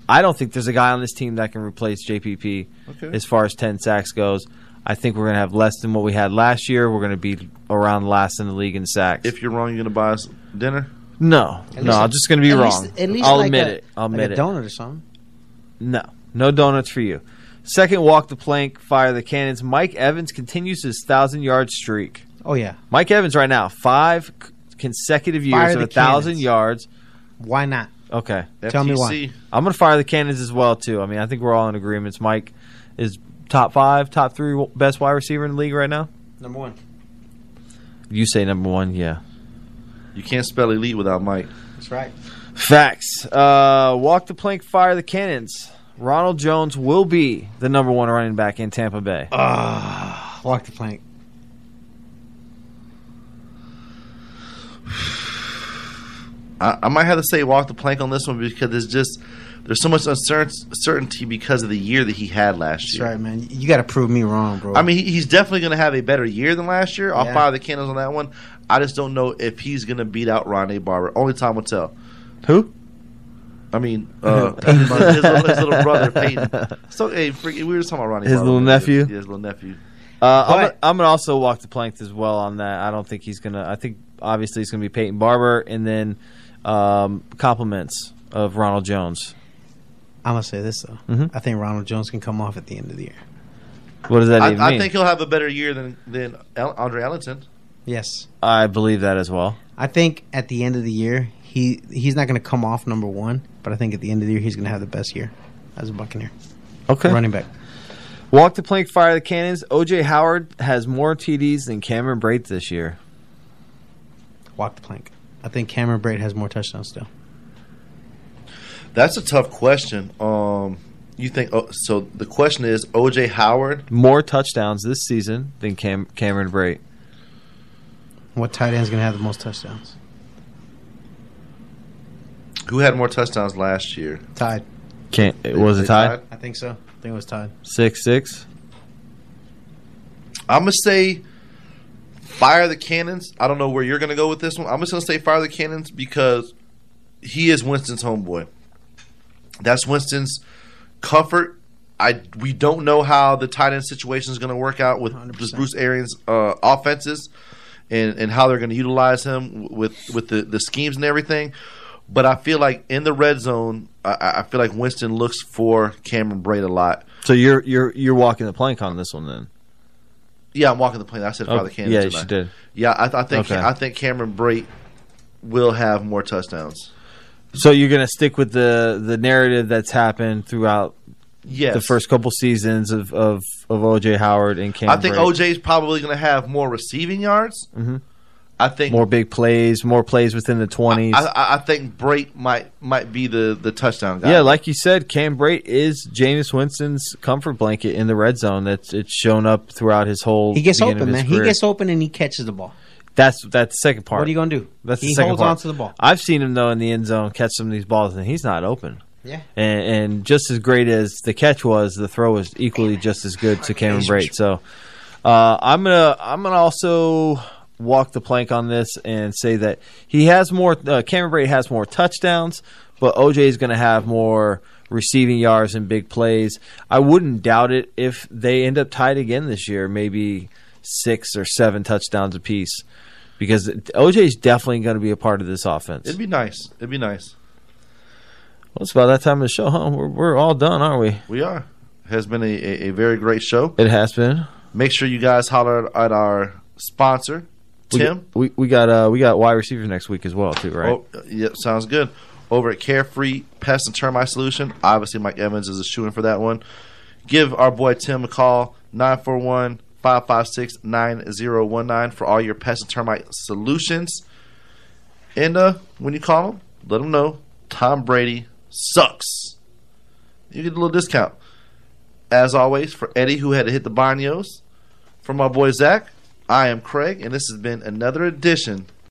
I don't think there's a guy on this team that can replace JPP
Okay.
as far as 10 sacks goes. I think we're going to have less than what we had last year. We're going to be around last in the league in sacks.
if you're wrong, you're gonna buy us dinner.
no,
At
no,
least-
I'm just going to be
at
wrong.
least- at least
I'll
like
admit
a-
it. I'll
like
admit
a
it.
donut or something.
No, no donuts for you. Second, walk the plank, fire the cannons. Mike Evans continues his thousand yard streak.
Oh yeah,
Mike Evans right now five c- consecutive years
Fire
of
the
a thousand
cannons.
yards.
why not?
Okay,
Tell me why.
FTC.
I'm gonna fire the cannons as well too. I mean, I think we're all in agreement. Mike is top five, top three w- best wide receiver in the league right now.
Number one.
You say number one, yeah.
You can't spell elite without Mike.
That's right.
Facts. Uh, walk the plank, fire the cannons. Ronald Jones will be the number one running back in Tampa Bay.
Walk the plank.
I, I might have to say walk the plank on this one because there's just there's so much uncertainty because of the year that he had last
That's
year.
right, man. You got to prove me wrong, bro.
I mean, he- he's definitely going to have a better year than last year. I'll
Yeah.
fire the cannons on that one. I just don't know if he's going to beat out Ronnie Barber. Only time will tell.
Who? *laughs*
I mean, uh, his, little, his little brother Peyton. So hey, freak, we were just talking about Ronnie.
His
Barber.
little nephew?
Yeah, his little nephew.
Uh, I'm,
But-
gonna, I'm gonna also walk the plank as well on that. I don't think he's gonna. I think obviously he's gonna be Peyton Barber, and then um, compliments of Ronald Jones.
I'm gonna say this though.
Mhm.
I think Ronald Jones can come off at the end of the year.
What does that
I,
even
I
mean?
think he'll have a better year than than El- Andre Ellington.
Yes,
I believe that as well.
I think at the end of the year he he's not gonna come off number one, but I think at the end of the year he's gonna have the best year as a Buccaneer
Okay.
running back.
Walk the plank, fire the cannons. OJ Howard has more TDs than Cameron Brate this year.
Walk the plank. I think Cameron Braid has more touchdowns still.
That's a tough question. Um, you think oh, so? The question is OJ Howard.
More touchdowns this season than Cam- Cameron Brate.
What tight end's gonna have the most touchdowns?
Who had more touchdowns last year?
Tied.
Can't, it was a tie.
I think so. I think it was tied.
Six six.
I'm gonna say fire the cannons. I don't know where you're gonna go with this one. I'm just gonna say fire the cannons because he is Winston's homeboy. That's Winston's comfort. I we don't know how the tight end situation is gonna work out with just Bruce Arians' uh, offenses and and how they're gonna utilize him with with the the schemes and everything. But I feel like in the red zone, I- I, I feel like Winston looks for Cameron Braid a lot.
So you're you're you're walking the plank on this one then.
Yeah, I'm walking the plane. I said fire the
Okay.
cannons.
Yeah,
didn't
she
I?
did.
Yeah, I, I think
Okay.
I think Cameron Brate will have more touchdowns.
So you're gonna stick with the the narrative that's happened throughout
Yes.
the first couple seasons of of, of OJ Howard and Cam.
I think
Brake.
OJ's probably going to have more receiving yards.
Mhm.
I think
more big plays, more plays within the twenties.
I, I, I think Brake might might be the, the touchdown guy.
Yeah, like you said, Cam Brate is Jameis Winston's comfort blanket in the red zone. That's it's shown up throughout his whole.
He gets
beginning of
open,
his
man. He
career.
gets open and he catches the ball.
That's that's the second part.
What are you gonna do?
That's
He
the second
holds
part.
onto the ball.
I've seen him though in the end zone catch some of these balls, and he's not open.
Yeah.
And, and just as great as the catch was, the throw was equally just as good to Cameron Brate. So uh, I'm gonna I'm gonna also walk the plank on this and say that he has more. Uh, Cameron Brate has more touchdowns, but OJ is gonna have more receiving yards and big plays. I wouldn't doubt it if they end up tied again this year, maybe six or seven touchdowns apiece. Because OJ is definitely going to be a part of this offense.
It'd be nice. It'd be nice.
Well, it's about that time of the show, huh? We're, we're all done, aren't we?
We are. Has been a, a, a very great show.
It has been.
Make sure you guys holler at- at our sponsor,
We-
Tim.
We, we got uh we got wide receivers next week as well too, right?
Oh, yep, sounds good. Over at Carefree Pest and Termite Solution, obviously Mike Evans is a shoo-in for that one. Give our boy Tim a call, 941-556-9019 for all your pest and termite solutions. And uh, when you call him, let him know Tom Brady sucks. You get a little discount. As always, for Eddie, who had to hit the banos, from my boy Zach, I am Craig, and this has been another edition